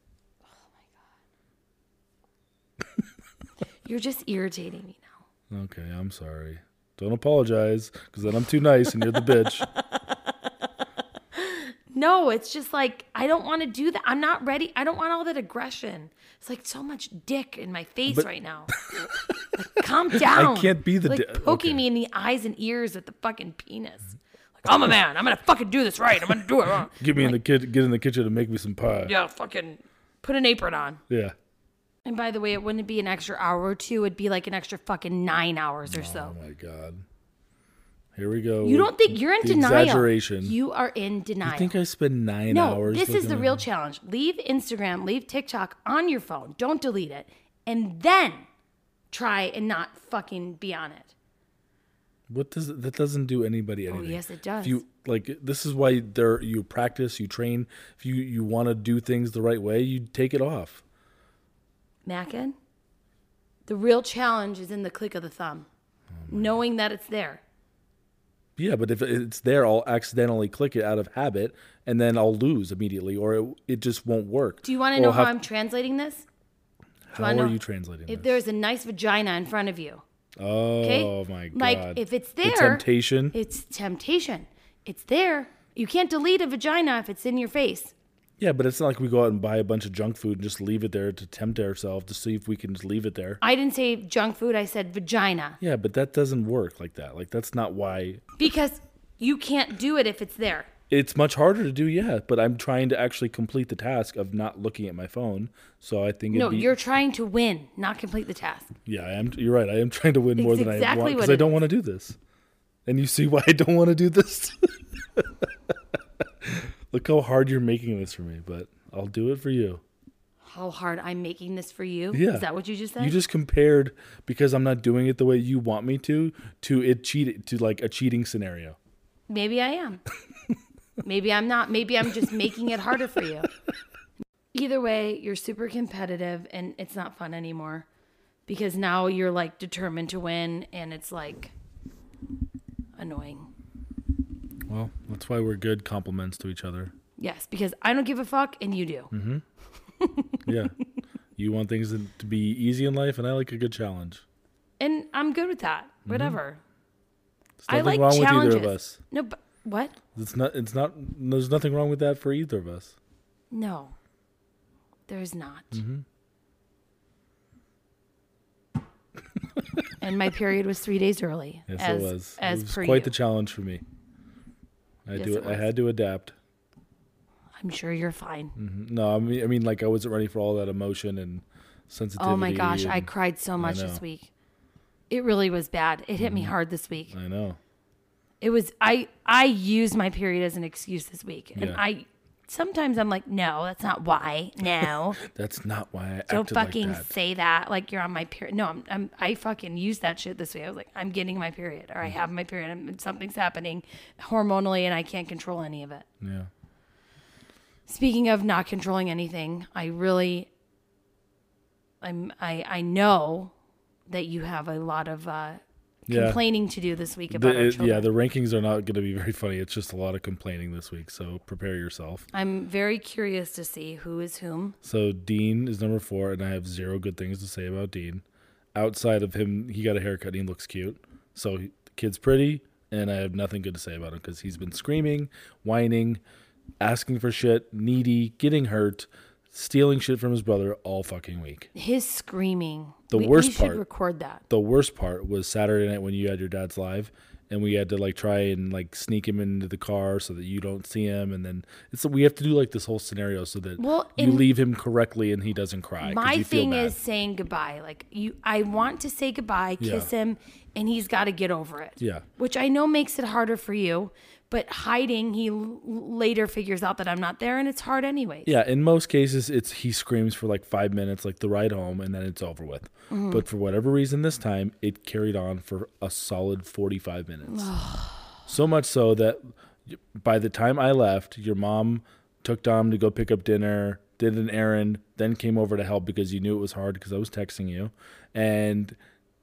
Speaker 1: You're just irritating me now.
Speaker 2: Okay, I'm sorry. Don't apologize because then I'm too nice and you're the bitch.
Speaker 1: No, it's just like I don't want to do that. I'm not ready. I don't want all that aggression. It's like so much dick in my face
Speaker 2: But-
Speaker 1: right now. Like, calm down.
Speaker 2: can't be the
Speaker 1: like
Speaker 2: di-
Speaker 1: poking
Speaker 2: okay.
Speaker 1: me in the eyes and ears with the fucking penis. Like I'm a man. I'm gonna fucking do this right. I'm gonna do it wrong.
Speaker 2: Get me in the kid. Get in the kitchen and make me some pie.
Speaker 1: Yeah, fucking put an apron on.
Speaker 2: Yeah.
Speaker 1: And by the way, it wouldn't be an extra hour or two. It'd be like an extra fucking nine hours or so.
Speaker 2: Oh my god. Here we go.
Speaker 1: You don't think you're in
Speaker 2: The
Speaker 1: denial?
Speaker 2: Exaggeration.
Speaker 1: You are in denial.
Speaker 2: I think I spend nine
Speaker 1: no,
Speaker 2: hours.
Speaker 1: this is
Speaker 2: looking
Speaker 1: the
Speaker 2: at-
Speaker 1: real challenge. Leave Instagram, leave TikTok on your phone. Don't delete it, and then try and not fucking be on it.
Speaker 2: What does that doesn't do anybody anything?
Speaker 1: Oh, yes, it
Speaker 2: If
Speaker 1: does.
Speaker 2: you like, this is why there you practice, you train. If you you want to do things the right way, you take it off.
Speaker 1: Mackin, the real challenge is in the click of the thumb, knowing that it's there.
Speaker 2: Yeah, but if it's there, I'll accidentally click it out of habit, and then I'll lose immediately, or it, it just won't work.
Speaker 1: Do you want to
Speaker 2: Or
Speaker 1: know
Speaker 2: I'll
Speaker 1: how
Speaker 2: have-
Speaker 1: I'm translating this?
Speaker 2: How
Speaker 1: I know-
Speaker 2: are you translating
Speaker 1: If
Speaker 2: this?
Speaker 1: there's a nice vagina in front of you, okay?
Speaker 2: Oh my god!
Speaker 1: Like if it's
Speaker 2: the
Speaker 1: there,
Speaker 2: temptation.
Speaker 1: It's temptation. It's there. You can't delete a vagina if it's in your face.
Speaker 2: yeah, but it's not like we go out and buy a bunch of junk food and just leave it there to tempt ourselves to see if we can just leave it there.
Speaker 1: I didn't say junk food, I said vagina
Speaker 2: Yeah, but that doesn't work like that. Like that's not why
Speaker 1: because you can't do it if it's there.
Speaker 2: it's much harder to do, yeah. But I'm trying to actually complete the task of not looking at my phone. So I think it'd
Speaker 1: No,
Speaker 2: be,
Speaker 1: you're trying to win, not complete the task.
Speaker 2: yeah, I am. You're right. I am trying to win more
Speaker 1: It's
Speaker 2: than I
Speaker 1: exactly
Speaker 2: want because
Speaker 1: what
Speaker 2: I
Speaker 1: it
Speaker 2: don't want to do this. And you see why I don't want to do this. Look how hard you're making this for me, but I'll do it for you.
Speaker 1: How hard I'm making this for you?
Speaker 2: Yeah.
Speaker 1: Is that what you just said?
Speaker 2: You just compared because I'm not doing it the way you want me to to it cheat to like a cheating scenario.
Speaker 1: Maybe I am. Maybe I'm not. Maybe I'm just making it harder for you. Either way, you're super competitive and it's not fun anymore because now you're like determined to win and it's like annoying.
Speaker 2: Well, that's why we're good compliments to each other.
Speaker 1: Yes, because I don't give a fuck and you do.
Speaker 2: Mm-hmm. Yeah. you want things to to be easy in life, and I like a good challenge.
Speaker 1: And I'm good with that.
Speaker 2: Mm-hmm.
Speaker 1: Whatever.
Speaker 2: There's
Speaker 1: I like
Speaker 2: nothing wrong
Speaker 1: challenges.
Speaker 2: with either of us.
Speaker 1: No, but what?
Speaker 2: It's not. It's not. There's nothing wrong with that for either of us.
Speaker 1: No. There's not.
Speaker 2: Mm-hmm.
Speaker 1: and my period was 3 days early.
Speaker 2: Yes,
Speaker 1: as,
Speaker 2: it was.
Speaker 1: As
Speaker 2: it was
Speaker 1: per
Speaker 2: quite
Speaker 1: you.
Speaker 2: the challenge for me. I
Speaker 1: Yes,
Speaker 2: do.
Speaker 1: it
Speaker 2: I
Speaker 1: was.
Speaker 2: had to adapt.
Speaker 1: I'm sure you're fine.
Speaker 2: Mm, No, I mean, I mean, like I wasn't ready for all that emotion and sensitivity.
Speaker 1: Oh my gosh, I
Speaker 2: and-
Speaker 1: cried so much this
Speaker 2: know. Mm-hmm.
Speaker 1: week. It really was bad. It hit me hard this week.
Speaker 2: I know.
Speaker 1: It was I I used my period as an excuse this week. And
Speaker 2: Yeah.
Speaker 1: I sometimes I'm like, "No, that's not why." No.
Speaker 2: That's not why I
Speaker 1: Don't
Speaker 2: acted
Speaker 1: fucking
Speaker 2: like that.
Speaker 1: say that like you're on my period. No, I'm, I'm I fucking used that shit this way. I was like, I'm getting my period, or I
Speaker 2: Mm-hmm.
Speaker 1: have my period, and something's happening hormonally, and I can't control any of it.
Speaker 2: Yeah.
Speaker 1: Speaking of not controlling anything, I really, I'm I I know that you have a lot of uh,
Speaker 2: Yeah.
Speaker 1: complaining to do this week
Speaker 2: The-
Speaker 1: about our
Speaker 2: it-
Speaker 1: children.
Speaker 2: yeah, the rankings are not going to be very funny. It's just a lot of complaining this week, so prepare yourself.
Speaker 1: I'm very curious to see who is whom.
Speaker 2: So Dean is number four, and I have zero good things to say about Dean. Outside of him, he got a haircut and he looks cute. So he- the kid's pretty, and I have nothing good to say about him because he's been screaming, whining, asking for shit, needy, getting hurt, stealing shit from his brother all fucking week.
Speaker 1: His screaming.
Speaker 2: The
Speaker 1: we,
Speaker 2: worst
Speaker 1: we should
Speaker 2: part-
Speaker 1: record that.
Speaker 2: The worst part was Saturday night when you had your dad's live. And we had to like try and like sneak him into the car so that you don't see him, and then it's we have to do like this whole scenario so that
Speaker 1: Well,
Speaker 2: you
Speaker 1: and-
Speaker 2: leave him correctly and he doesn't cry. 'cause
Speaker 1: my
Speaker 2: you feel
Speaker 1: thing
Speaker 2: bad.
Speaker 1: is saying goodbye like you i want to say goodbye kiss
Speaker 2: Yeah.
Speaker 1: him and he's got to get over it.
Speaker 2: Yeah.
Speaker 1: Which I know makes it harder for you, but hiding, he l- later figures out that I'm not there and it's hard anyway.
Speaker 2: Yeah, in most cases, it's he screams for like five minutes, like the ride home, and then it's over with.
Speaker 1: Mm-hmm.
Speaker 2: But for whatever reason, this time it carried on for a solid forty-five minutes. so much so that y- by the time I left, your mom took Dom to go pick up dinner, did an errand, then came over to help because you knew it was hard because I was texting you, and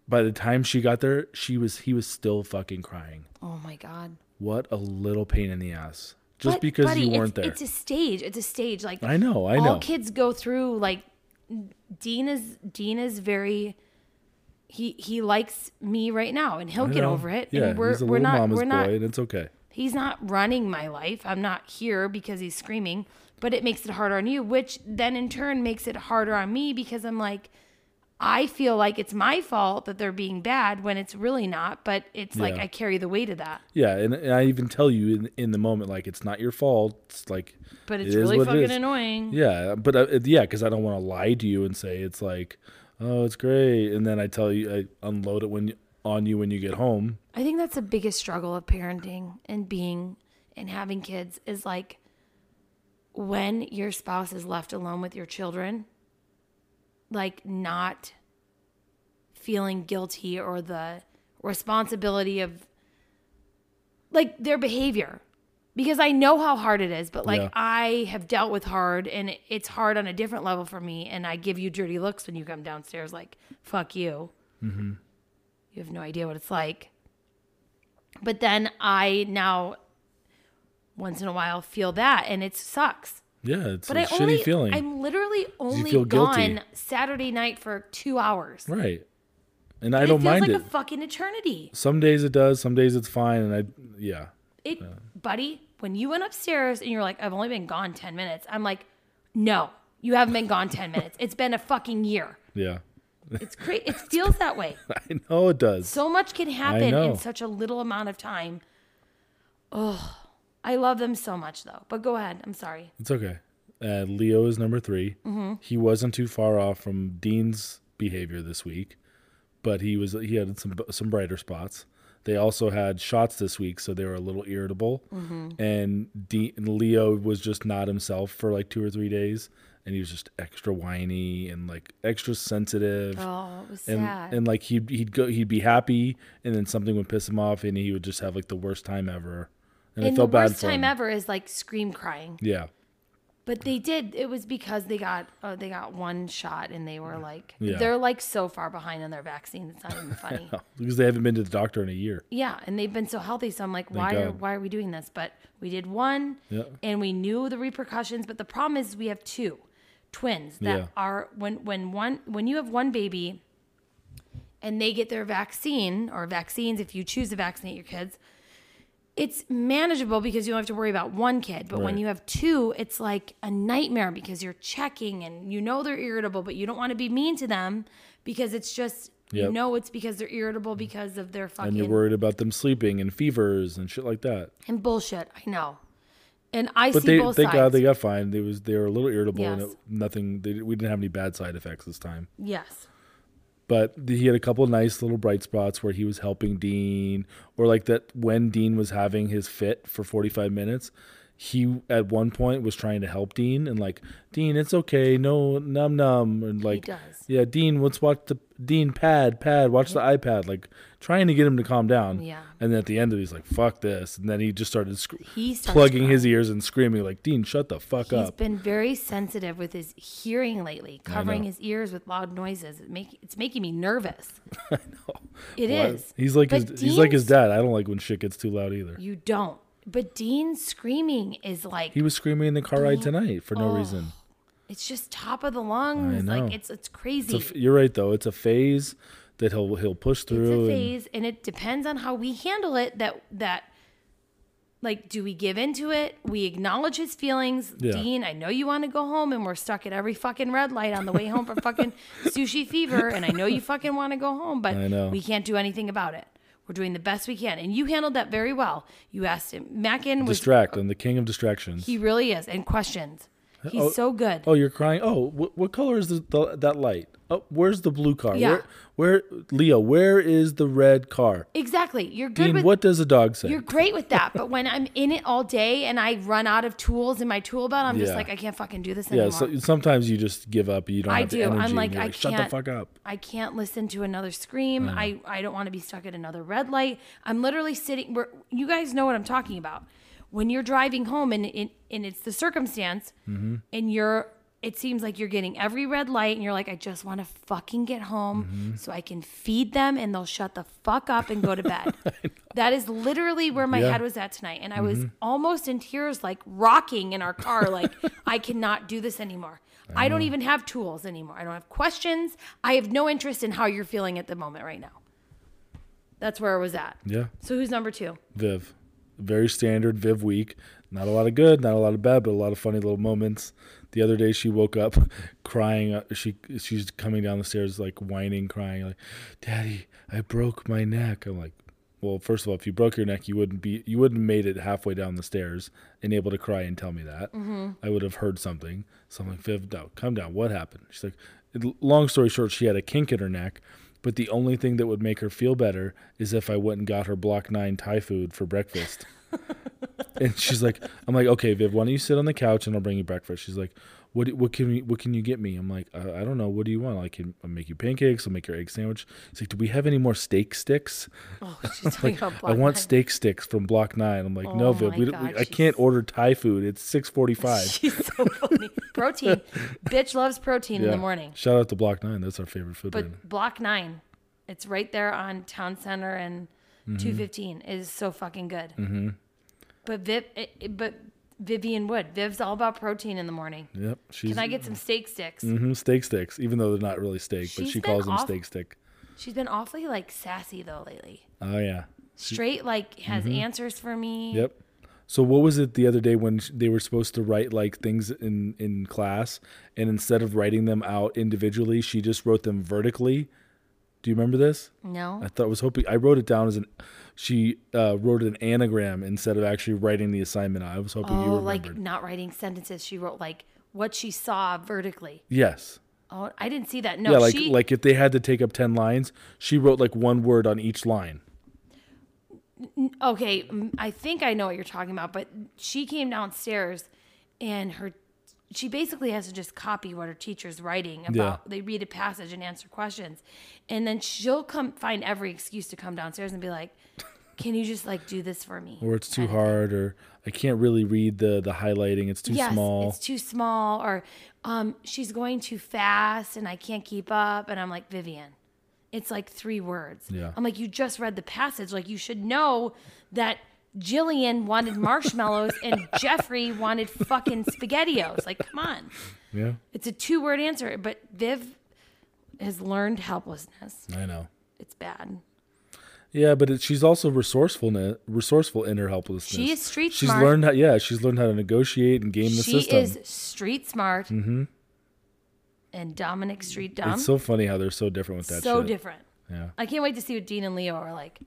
Speaker 2: by the time she got there, she was he was still fucking crying.
Speaker 1: Oh my God.
Speaker 2: What a little pain in the ass! Just
Speaker 1: But,
Speaker 2: because
Speaker 1: buddy,
Speaker 2: you
Speaker 1: it's-
Speaker 2: weren't there.
Speaker 1: It's a stage. It's a stage. Like
Speaker 2: I know, I
Speaker 1: all
Speaker 2: know.
Speaker 1: kids go through like Dean is Dean is very he he likes me right now and he'll
Speaker 2: I
Speaker 1: get
Speaker 2: know.
Speaker 1: over it.
Speaker 2: Yeah,
Speaker 1: and we're
Speaker 2: he's a
Speaker 1: we're
Speaker 2: little
Speaker 1: not
Speaker 2: mama's
Speaker 1: we're not
Speaker 2: boy, and it's okay.
Speaker 1: he's not running my life. I'm not here because he's screaming, but it makes it harder on you, which then in turn makes it harder on me because I'm like, I feel like it's my fault that they're being bad when it's really not, but it's like
Speaker 2: Yeah.
Speaker 1: I carry the weight of that.
Speaker 2: Yeah, and, and I even tell you in, in the moment, like it's not your fault. It's like,
Speaker 1: But
Speaker 2: it
Speaker 1: it's
Speaker 2: is
Speaker 1: really
Speaker 2: what it
Speaker 1: fucking
Speaker 2: is.
Speaker 1: annoying.
Speaker 2: Yeah, but uh, it- yeah, because I don't want to lie to you and say it's like, oh, it's great, and then I tell you, I unload it when you- on you when you get home.
Speaker 1: I think that's the biggest struggle of parenting and being and having kids is like when your spouse is left alone with your children, like not feeling guilty or the responsibility of like their behavior. Because I know how hard it is, but like
Speaker 2: Yeah.
Speaker 1: I have dealt with hard and it- it's hard on a different level for me. And I give you dirty looks when you come downstairs, like, fuck you. You have no idea what it's like. But then I now, once in a while, feel that, and it sucks.
Speaker 2: Yeah, it's
Speaker 1: But
Speaker 2: a
Speaker 1: I
Speaker 2: shitty
Speaker 1: only,
Speaker 2: feeling,
Speaker 1: I'm literally only
Speaker 2: feel
Speaker 1: gone
Speaker 2: guilty.
Speaker 1: Saturday night for two hours.
Speaker 2: right? And I
Speaker 1: It
Speaker 2: don't
Speaker 1: feels
Speaker 2: mind
Speaker 1: like
Speaker 2: it.
Speaker 1: a fucking eternity.
Speaker 2: some days it does, some days it's fine, and I yeah,
Speaker 1: It, buddy, when you went upstairs and you're like, I've only been gone ten minutes. I'm like, no, you haven't been gone ten minutes. It's been a fucking year.
Speaker 2: yeah.
Speaker 1: It's crazy. It feels that way.
Speaker 2: I know it does.
Speaker 1: So much can happen
Speaker 2: know.
Speaker 1: in such a little amount of time. Oh, I love them so much though. But go ahead. I'm sorry.
Speaker 2: It's okay. Uh, Leo is number 3
Speaker 1: Mm-hmm.
Speaker 2: He wasn't too far off from Dean's behavior this week, but he was he had some some brighter spots. They also had shots this week, so they were a little irritable.
Speaker 1: Mm-hmm.
Speaker 2: And Dean Leo was just not himself for like two or three days, and he was just extra whiny and like extra sensitive.
Speaker 1: Oh, it was
Speaker 2: And,
Speaker 1: sad.
Speaker 2: and like he'd he'd go he'd be happy and then something would piss him off and he would just have like the worst time ever and, I
Speaker 1: and the
Speaker 2: felt bad
Speaker 1: worst
Speaker 2: for
Speaker 1: time
Speaker 2: him.
Speaker 1: ever is like scream crying.
Speaker 2: yeah
Speaker 1: But they did. It was because they got oh, they got one shot and they were like
Speaker 2: Yeah.
Speaker 1: they're like so far behind on their vaccine. It's not even funny.
Speaker 2: Oh, because they haven't been to the doctor in a year
Speaker 1: yeah, and they've been so healthy. So I'm like, why are
Speaker 2: God.
Speaker 1: why are we doing this? But we did one,
Speaker 2: Yeah.
Speaker 1: and we knew the repercussions. But the problem is we have two twins that
Speaker 2: Yeah.
Speaker 1: are when when one when you have one baby and they get their vaccine or vaccines if you choose to vaccinate your kids it's manageable because you don't have to worry about one kid but when
Speaker 2: Right.
Speaker 1: you have two it's like a nightmare because you're checking and you know they're irritable but you don't want to be mean to them because it's just you
Speaker 2: Yep.
Speaker 1: know it's because they're irritable because of their fucking
Speaker 2: and you're worried about them sleeping and fevers and shit like that.
Speaker 1: and bullshit i know and i
Speaker 2: But
Speaker 1: see
Speaker 2: they
Speaker 1: both
Speaker 2: thank
Speaker 1: sides
Speaker 2: God they got fine. They was they were a little irritable and
Speaker 1: Yes.
Speaker 2: it, nothing. They, we didn't have any bad side effects this time.
Speaker 1: yes
Speaker 2: But the- he had a couple nice little bright spots where he was helping Dean, or like that when Dean was having his fit for 45 minutes. He at one point was trying to help Dean and like Dean, it's okay, no num num, and like
Speaker 1: does.
Speaker 2: yeah, Dean, let's watch the Dean pad pad, watch the iPad, like trying to get him to calm down.
Speaker 1: Yeah.
Speaker 2: and then at the end of it, he's like, "Fuck this," and then he just started sc-
Speaker 1: He starts
Speaker 2: plugging
Speaker 1: crying.
Speaker 2: his ears and screaming like, "Dean, shut the fuck
Speaker 1: He's
Speaker 2: up!"
Speaker 1: been very sensitive with his hearing lately, covering
Speaker 2: know.
Speaker 1: his ears with loud noises. It make, it's making me nervous. It
Speaker 2: Why-
Speaker 1: is.
Speaker 2: He's like his,
Speaker 1: But
Speaker 2: he's like his
Speaker 1: Dean's-
Speaker 2: dad. I don't like when shit gets too loud either.
Speaker 1: You don't. But Dean's screaming is like
Speaker 2: He was screaming in the car
Speaker 1: Oh.
Speaker 2: ride tonight for no reason.
Speaker 1: it's just top of the lungs.
Speaker 2: know.
Speaker 1: Like it's it's crazy.
Speaker 2: It's a f- you're right though. It's a phase that he'll he'll push
Speaker 1: it's
Speaker 2: through.
Speaker 1: a
Speaker 2: and-
Speaker 1: phase and it depends on how we handle it that that like do we give into it we acknowledge his feelings
Speaker 2: Yeah.
Speaker 1: dean i know you want to go home and we're stuck at every fucking red light on the way home from fucking sushi fever and i know you fucking want to go home but
Speaker 2: I know.
Speaker 1: we can't do anything about it we're doing the best we can and you handled that very well you asked him mackin was uh,
Speaker 2: distract. I'm the king of distractions.
Speaker 1: he really is and questions He's
Speaker 2: Oh.
Speaker 1: so good.
Speaker 2: Oh, you're crying. Oh, wh- what color is the, the, that light? Oh, where's the blue car?
Speaker 1: Yeah.
Speaker 2: Where, where, Leo? Where is the red car?
Speaker 1: Exactly. You're good
Speaker 2: Dean,
Speaker 1: with
Speaker 2: what does a dog say?
Speaker 1: You're great with that, but when I'm in it all day and I run out of tools in my tool belt, I'm just
Speaker 2: Yeah.
Speaker 1: like, I can't fucking do this
Speaker 2: Yeah.
Speaker 1: anymore.
Speaker 2: So, sometimes you just give up. You don't
Speaker 1: I
Speaker 2: have the
Speaker 1: do. I'm
Speaker 2: energy. and
Speaker 1: like,
Speaker 2: you're
Speaker 1: I
Speaker 2: Shut the
Speaker 1: can't-
Speaker 2: fuck up.
Speaker 1: I can't listen to another scream.
Speaker 2: Uh-huh.
Speaker 1: I, I don't want to be stuck at another red light. I'm literally sitting where you guys know what I'm talking about. When you're driving home and and, and it's the circumstance and you're it seems like you're getting every red light and you're like, I just want to fucking get home
Speaker 2: Mm-hmm.
Speaker 1: so I can feed them and they'll shut the fuck up and go to bed. that is literally where my
Speaker 2: Yeah. Mm-hmm.
Speaker 1: head was at tonight. And I was almost in tears, like rocking in our car, like, I cannot do this anymore. I don't even have tools anymore. I don't have questions. I have no interest in how you're feeling at the moment right now. That's where I was at.
Speaker 2: Yeah.
Speaker 1: So who's number two?
Speaker 2: Viv, very standard Viv week. Not a lot of good, not a lot of bad, but a lot of funny little moments. The other day, she woke up crying. Uh, She she's coming down the stairs like whining, crying like, "Daddy, I broke my neck." I'm like, "Well, first of all, if you broke your neck, you wouldn't be you wouldn't made it halfway down the stairs and able to cry and tell me that. I would have heard something." So I'm like, "Viv, no, come down. What happened?" She's like, it- "Long story short, she had a kink in her neck." but the only thing that would make her feel better is if I went and got her Block 9 Thai food for breakfast. and she's like, I'm like, okay, Viv, why don't you sit on the couch and I'll bring you breakfast? She's like, what, do- what can we, what can you get me? I'm like, uh, I don't know. What do you want? I can I'll make you pancakes. I'll make your egg sandwich. She's like, do we have any more steak sticks?
Speaker 1: Oh, she's talking about
Speaker 2: I
Speaker 1: Block Nine.
Speaker 2: want steak sticks from Block 9. I'm like,
Speaker 1: Oh
Speaker 2: no, Viv,
Speaker 1: my
Speaker 2: we, don't-
Speaker 1: God,
Speaker 2: we, I
Speaker 1: she's-
Speaker 2: can't order Thai food. It's 645.
Speaker 1: She's so funny. Protein. Bitch loves protein in
Speaker 2: Yeah.
Speaker 1: the morning.
Speaker 2: Shout out to Block 9. That's our favorite food. brand.
Speaker 1: But Block Nine, it's right there on Town Center and
Speaker 2: Mm-hmm.
Speaker 1: 215 is so fucking good. Mm-hmm. But Viv, it, it- but Vivian Wood, Viv's all about protein in the morning.
Speaker 2: Yep. She's,
Speaker 1: Can I get some steak sticks?
Speaker 2: hmm steak sticks, even though they're not really steak, but
Speaker 1: She's
Speaker 2: she
Speaker 1: been
Speaker 2: calls them
Speaker 1: off-
Speaker 2: steak stick.
Speaker 1: She's been awfully like sassy though lately.
Speaker 2: Oh yeah.
Speaker 1: Straight like has answers for me.
Speaker 2: Mm-hmm. Yep. So what was it the other day when sh- they were supposed to write like things in in class, and instead of writing them out individually, she just wrote them vertically. Do you remember this?
Speaker 1: No.
Speaker 2: I thought was hoping I wrote it down as an she uh, wrote an anagram instead of actually writing the assignment. out. I was hoping you
Speaker 1: Oh,
Speaker 2: remembered.
Speaker 1: like not writing sentences. She wrote like what she saw vertically.
Speaker 2: yes.
Speaker 1: Oh, I didn't see that. No,
Speaker 2: yeah. Like
Speaker 1: she
Speaker 2: like if they had to take up ten lines, she wrote like one word on each line.
Speaker 1: okay, mm, I think I know what you're talking about, but she came downstairs and her she basically has to just copy what her teacher's writing about.
Speaker 2: Yeah.
Speaker 1: They read a passage and answer questions. And then she'll come find every excuse to come downstairs and be like, "Can you just like do this for me?"
Speaker 2: Or it's too hard, or I can't really read the the highlighting. It's too
Speaker 1: yes,
Speaker 2: small.
Speaker 1: it's too small or um, she's going too fast and I can't keep up and I'm like, "Vivian, it's like three words."
Speaker 2: Yeah.
Speaker 1: I'm like, "You just read the passage. Like you should know that Jillian wanted marshmallows and Jeffrey wanted fucking spaghettios. Like, come on.
Speaker 2: yeah.
Speaker 1: It's a two-word answer, but Viv has learned helplessness.
Speaker 2: I know.
Speaker 1: It's bad.
Speaker 2: Yeah, but it, she's also resourceful, resourceful in her helplessness.
Speaker 1: She is street
Speaker 2: She's
Speaker 1: smart.
Speaker 2: learned how. Yeah, she's learned how to negotiate and game the
Speaker 1: she
Speaker 2: system. Mm-hmm.
Speaker 1: is street smart. And Dominic Street Dom.
Speaker 2: it's so funny how they're so different with that.
Speaker 1: um, so
Speaker 2: shit.
Speaker 1: different.
Speaker 2: Yeah,
Speaker 1: I can't wait to see what Dean and Leo are like.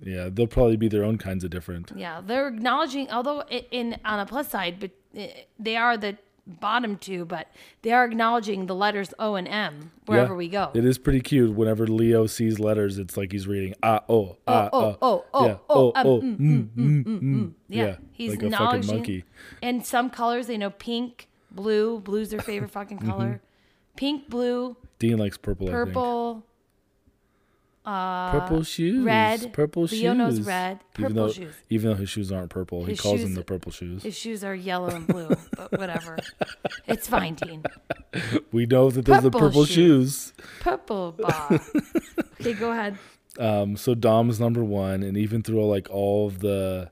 Speaker 2: yeah. They'll probably be their own kinds of different.
Speaker 1: Yeah, they're acknowledging, although i- in on a plus side, but uh, they are the bottom two, but they are acknowledging the letters O and M wherever
Speaker 2: Yeah.
Speaker 1: we go.
Speaker 2: It is pretty cute. Whenever Leo sees letters, it's like he's reading ah oh ah
Speaker 1: oh, oh, oh,
Speaker 2: yeah,
Speaker 1: oh, um,
Speaker 2: oh mm, mm, mm.
Speaker 1: yeah, he's
Speaker 2: like a fucking
Speaker 1: acknowledging.
Speaker 2: monkey.
Speaker 1: And some colors, they know pink, blue. Blue's their favorite fucking
Speaker 2: Mm-hmm.
Speaker 1: color. Pink, blue,
Speaker 2: Dean likes purple.
Speaker 1: purple. uh,
Speaker 2: I think. purple shoes.
Speaker 1: red.
Speaker 2: Purple shoes.
Speaker 1: Leo knows red.
Speaker 2: even
Speaker 1: Purple
Speaker 2: though,
Speaker 1: shoes.
Speaker 2: Even though his shoes aren't purple,
Speaker 1: His
Speaker 2: he calls
Speaker 1: shoes-
Speaker 2: them the purple shoes.
Speaker 1: His shoes are yellow and blue, but whatever. It's fine, Dean.
Speaker 2: we know that those are
Speaker 1: Purple
Speaker 2: purple
Speaker 1: shoes.
Speaker 2: shoes.
Speaker 1: Purple bar. Okay, go ahead.
Speaker 2: Um, so Dom's number one, and even through like all of the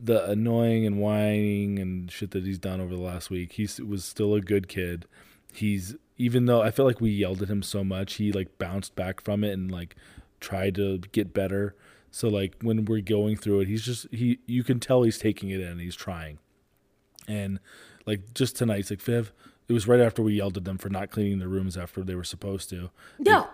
Speaker 2: the annoying and whining and shit that he's done over the last week, he s- was still a good kid. He's even though I feel like we yelled at him so much, he like bounced back from it and like tried to get better. So like when we're going through it, he's just he you can tell he's taking it in, he's trying. And like just tonight, it's like Viv, it was right after we yelled at them for not cleaning their rooms after they were supposed to.
Speaker 1: No.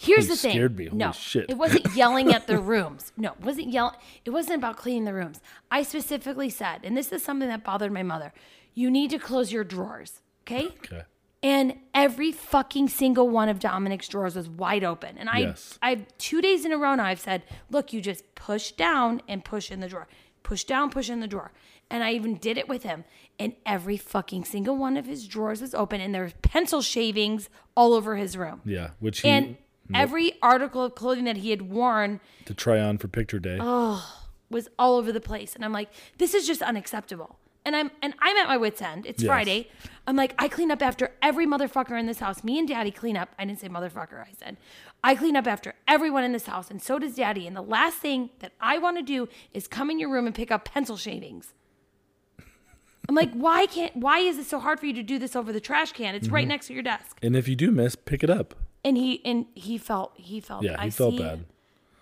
Speaker 1: Here's
Speaker 2: You
Speaker 1: the thing.
Speaker 2: scared me. Holy
Speaker 1: no,
Speaker 2: shit.
Speaker 1: It wasn't yelling at the rooms. No, it wasn't yelling. It wasn't about cleaning the rooms. I specifically said, and this is something that bothered my mother. You need to close your drawers, okay?
Speaker 2: Okay.
Speaker 1: And every fucking single one of Dominic's drawers was wide open. And I,
Speaker 2: Yes.
Speaker 1: I've two days in a row now, I've said, look, you just push down and push in the drawer. Push down, push in the drawer. And I even did it with him. And every fucking single one of his drawers was open. And there was pencil shavings all over his room.
Speaker 2: Yeah. Which he,
Speaker 1: And every article of clothing that he had worn
Speaker 2: to try on for picture day.
Speaker 1: Oh. was all over the place and i'm like this is just unacceptable and i'm and i'm at my wits end it's
Speaker 2: Yes.
Speaker 1: friday i'm like i clean up after every motherfucker in this house me and daddy clean up i didn't say motherfucker i said i clean up after everyone in this house and so does daddy and the last thing that i want to do is come in your room and pick up pencil shavings i'm like why can't why is it so hard for you to do this over the trash can it's
Speaker 2: Mm-hmm.
Speaker 1: right next to your desk
Speaker 2: and if you do miss, pick it up.
Speaker 1: and he and he felt he felt
Speaker 2: Yeah, he
Speaker 1: Oh, I
Speaker 2: felt
Speaker 1: see
Speaker 2: bad.
Speaker 1: it.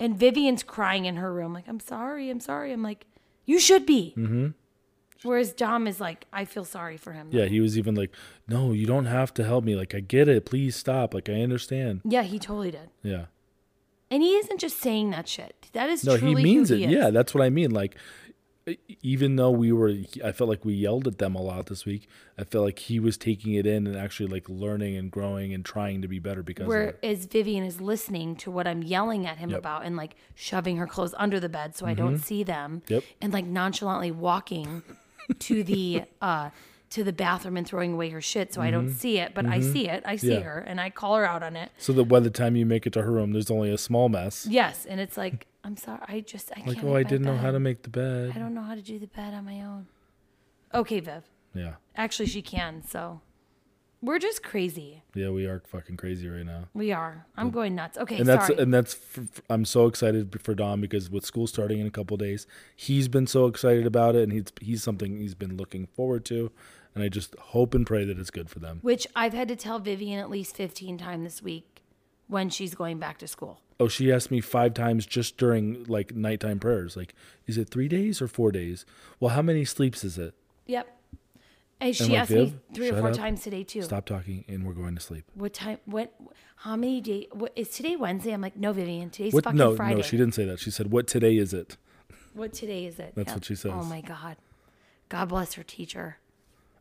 Speaker 1: and vivian's crying in her room like i'm sorry i'm sorry i'm like you should be mm-hmm. whereas dom is like i feel sorry for him
Speaker 2: Yeah. He was even like, no, you don't have to help me. Like, I get it. Please stop. Like, I understand.
Speaker 1: yeah he totally did
Speaker 2: Yeah.
Speaker 1: and he isn't just saying that shit that is
Speaker 2: No, he
Speaker 1: truly
Speaker 2: means
Speaker 1: who
Speaker 2: it.
Speaker 1: he is.
Speaker 2: Yeah, that's what I mean. Like, e- even though we were, I felt like we yelled at them a lot this week. I felt like he was taking it in and actually like learning and growing and trying to be better because of it.
Speaker 1: whereas vivian is listening to what i'm yelling at him
Speaker 2: Yep. Mm-hmm.
Speaker 1: about and like shoving her clothes under the bed so i don't see them
Speaker 2: Yep.
Speaker 1: and like nonchalantly walking to the uh to the bathroom and throwing away her shit so i don't see it but i see it i see
Speaker 2: Mm-hmm. Yeah.
Speaker 1: her and i call her out on it
Speaker 2: So that by the time you make it to her room, there's only a small mess.
Speaker 1: Yes, and it's like I'm sorry, I just I
Speaker 2: Like,
Speaker 1: can't. make
Speaker 2: oh,
Speaker 1: my
Speaker 2: I didn't know how to
Speaker 1: bed.
Speaker 2: make the
Speaker 1: I
Speaker 2: bed.
Speaker 1: don't know how to do the bed on my own. Okay, Viv.
Speaker 2: Yeah.
Speaker 1: Actually, she can. So we're just crazy.
Speaker 2: Yeah, we are fucking crazy right now.
Speaker 1: We are. I'm going nuts. Okay,
Speaker 2: And that's
Speaker 1: sorry.
Speaker 2: and that's f- f- I'm so excited for Dom because with school starting in a couple days, he's been so excited about it and he's he's something he's been looking forward to and I just hope and pray that it's good for them.
Speaker 1: Which I've had to tell Vivian at least 15 times this week when she's going back to school.
Speaker 2: Oh, she asked me five times just during like nighttime prayers. Like, is it three days or four days? Well, how many sleeps is it?
Speaker 1: Yep. And she
Speaker 2: like,
Speaker 1: asked me
Speaker 2: "Viv,
Speaker 1: three or
Speaker 2: shut
Speaker 1: four
Speaker 2: up.
Speaker 1: times today too.
Speaker 2: Stop talking and we're going to sleep.
Speaker 1: What time? What? How many days? What is today? Wednesday? I'm like, no, Vivian. Today's
Speaker 2: What?
Speaker 1: fucking
Speaker 2: No,
Speaker 1: Friday.
Speaker 2: no, she didn't say that. She said, "What today is it?"
Speaker 1: What today is it?
Speaker 2: That's what she says.
Speaker 1: Oh my god. God bless her teacher.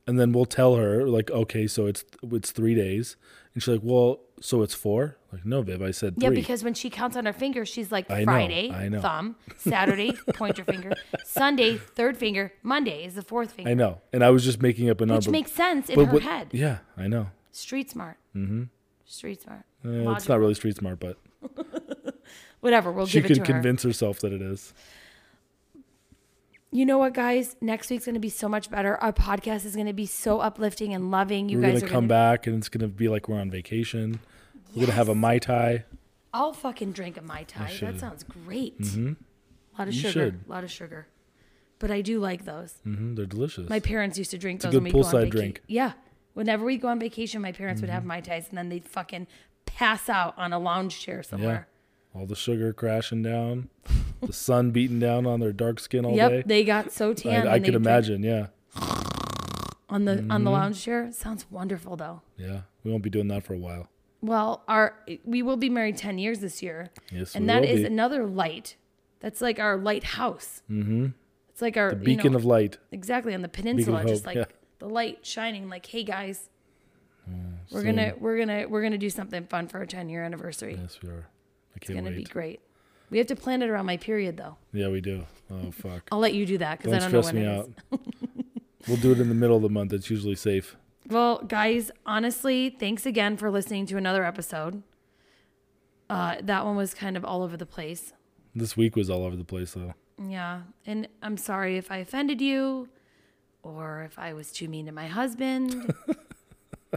Speaker 2: And then we'll tell her like, "Okay, so it's it's three days," and she's like, "Well, so it's four? Like, no, Viv, I said three.
Speaker 1: Yeah, because when she counts on her finger, she's like
Speaker 2: I know,
Speaker 1: Friday,
Speaker 2: I know.
Speaker 1: thumb, Saturday, pointer finger, Sunday, third finger, Monday is the fourth finger,
Speaker 2: I know, and I was just making up a number,
Speaker 1: which makes sense in
Speaker 2: but
Speaker 1: her
Speaker 2: what-
Speaker 1: head.
Speaker 2: Yeah, I know.
Speaker 1: Street smart. Mm-hmm. Street smart.
Speaker 2: Eh, it's
Speaker 1: Logical.
Speaker 2: not really street smart, but
Speaker 1: Whatever, we'll
Speaker 2: she
Speaker 1: give it
Speaker 2: can
Speaker 1: to her.
Speaker 2: convince herself that it is.
Speaker 1: you know what, guys? Next week's going to be so much better. Our podcast is going to be so uplifting and loving. You
Speaker 2: We're
Speaker 1: guys
Speaker 2: gonna
Speaker 1: are
Speaker 2: come
Speaker 1: gonna,
Speaker 2: back, and it's gonna be like we're on vacation. We're gonna have a mai tai.
Speaker 1: I'll fucking drink a mai tai. That
Speaker 2: should. Mm-hmm.
Speaker 1: sounds great. A lot of
Speaker 2: You
Speaker 1: sugar.
Speaker 2: should.
Speaker 1: A lot of sugar. But I do like those.
Speaker 2: hmm they're delicious.
Speaker 1: My parents used to drink
Speaker 2: a
Speaker 1: those
Speaker 2: good
Speaker 1: when we go on
Speaker 2: poolside
Speaker 1: vacation.
Speaker 2: drink. Mm-hmm.
Speaker 1: Yeah. Whenever we go on vacation, my parents would have Mai Tais and then they'd fucking pass out on a lounge chair
Speaker 2: yeah,
Speaker 1: somewhere.
Speaker 2: all the sugar crashing down, the sun beating down on their dark skin all
Speaker 1: Yep.
Speaker 2: day.
Speaker 1: They got so tan.
Speaker 2: I,
Speaker 1: when
Speaker 2: I
Speaker 1: they
Speaker 2: could
Speaker 1: drink
Speaker 2: imagine. Mm-hmm. Yeah,
Speaker 1: On the on the lounge chair. Sounds wonderful though.
Speaker 2: yeah. We won't be doing that for a while.
Speaker 1: Well, our we will be married ten years this year.
Speaker 2: Yes,
Speaker 1: And
Speaker 2: we
Speaker 1: that
Speaker 2: will
Speaker 1: is
Speaker 2: be.
Speaker 1: another light. That's like our lighthouse. Mm-hmm. It's like our
Speaker 2: Beacon
Speaker 1: you know,
Speaker 2: of light.
Speaker 1: exactly on the peninsula
Speaker 2: hope,
Speaker 1: just like
Speaker 2: yeah. Oh,
Speaker 1: the light shining like hey guys we're gonna we're gonna we're gonna do something fun for our 10 year anniversary
Speaker 2: Yes, we are. I
Speaker 1: it's
Speaker 2: can't
Speaker 1: gonna be
Speaker 2: wait.
Speaker 1: great we have to plan it around my period though
Speaker 2: Yeah, we do. Oh fuck!
Speaker 1: i'll let you do that because i
Speaker 2: Don't
Speaker 1: don't know
Speaker 2: stress
Speaker 1: when it is.
Speaker 2: me out. we'll do it in the middle of the month. It's usually safe.
Speaker 1: well guys honestly thanks again for listening to another episode uh, that one was kind of all over the place
Speaker 2: This week was all over the place though.
Speaker 1: yeah and i'm sorry if i offended you or if i was too mean to my husband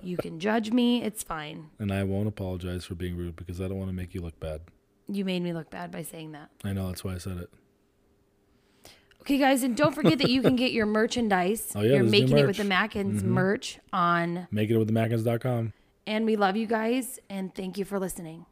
Speaker 1: you can judge me it's fine
Speaker 2: And I won't apologize for being rude because I don't want to make you look bad.
Speaker 1: you made me look bad by saying that
Speaker 2: I know that's why I said it.
Speaker 1: Okay, guys, and don't forget that you can get your merchandise.
Speaker 2: Oh, yeah,
Speaker 1: You're
Speaker 2: there's new
Speaker 1: making it with
Speaker 2: merch. Mm-hmm.
Speaker 1: the Mackins merch on.
Speaker 2: Make it with the Mackins.com.
Speaker 1: And we love you guys, and thank you for listening.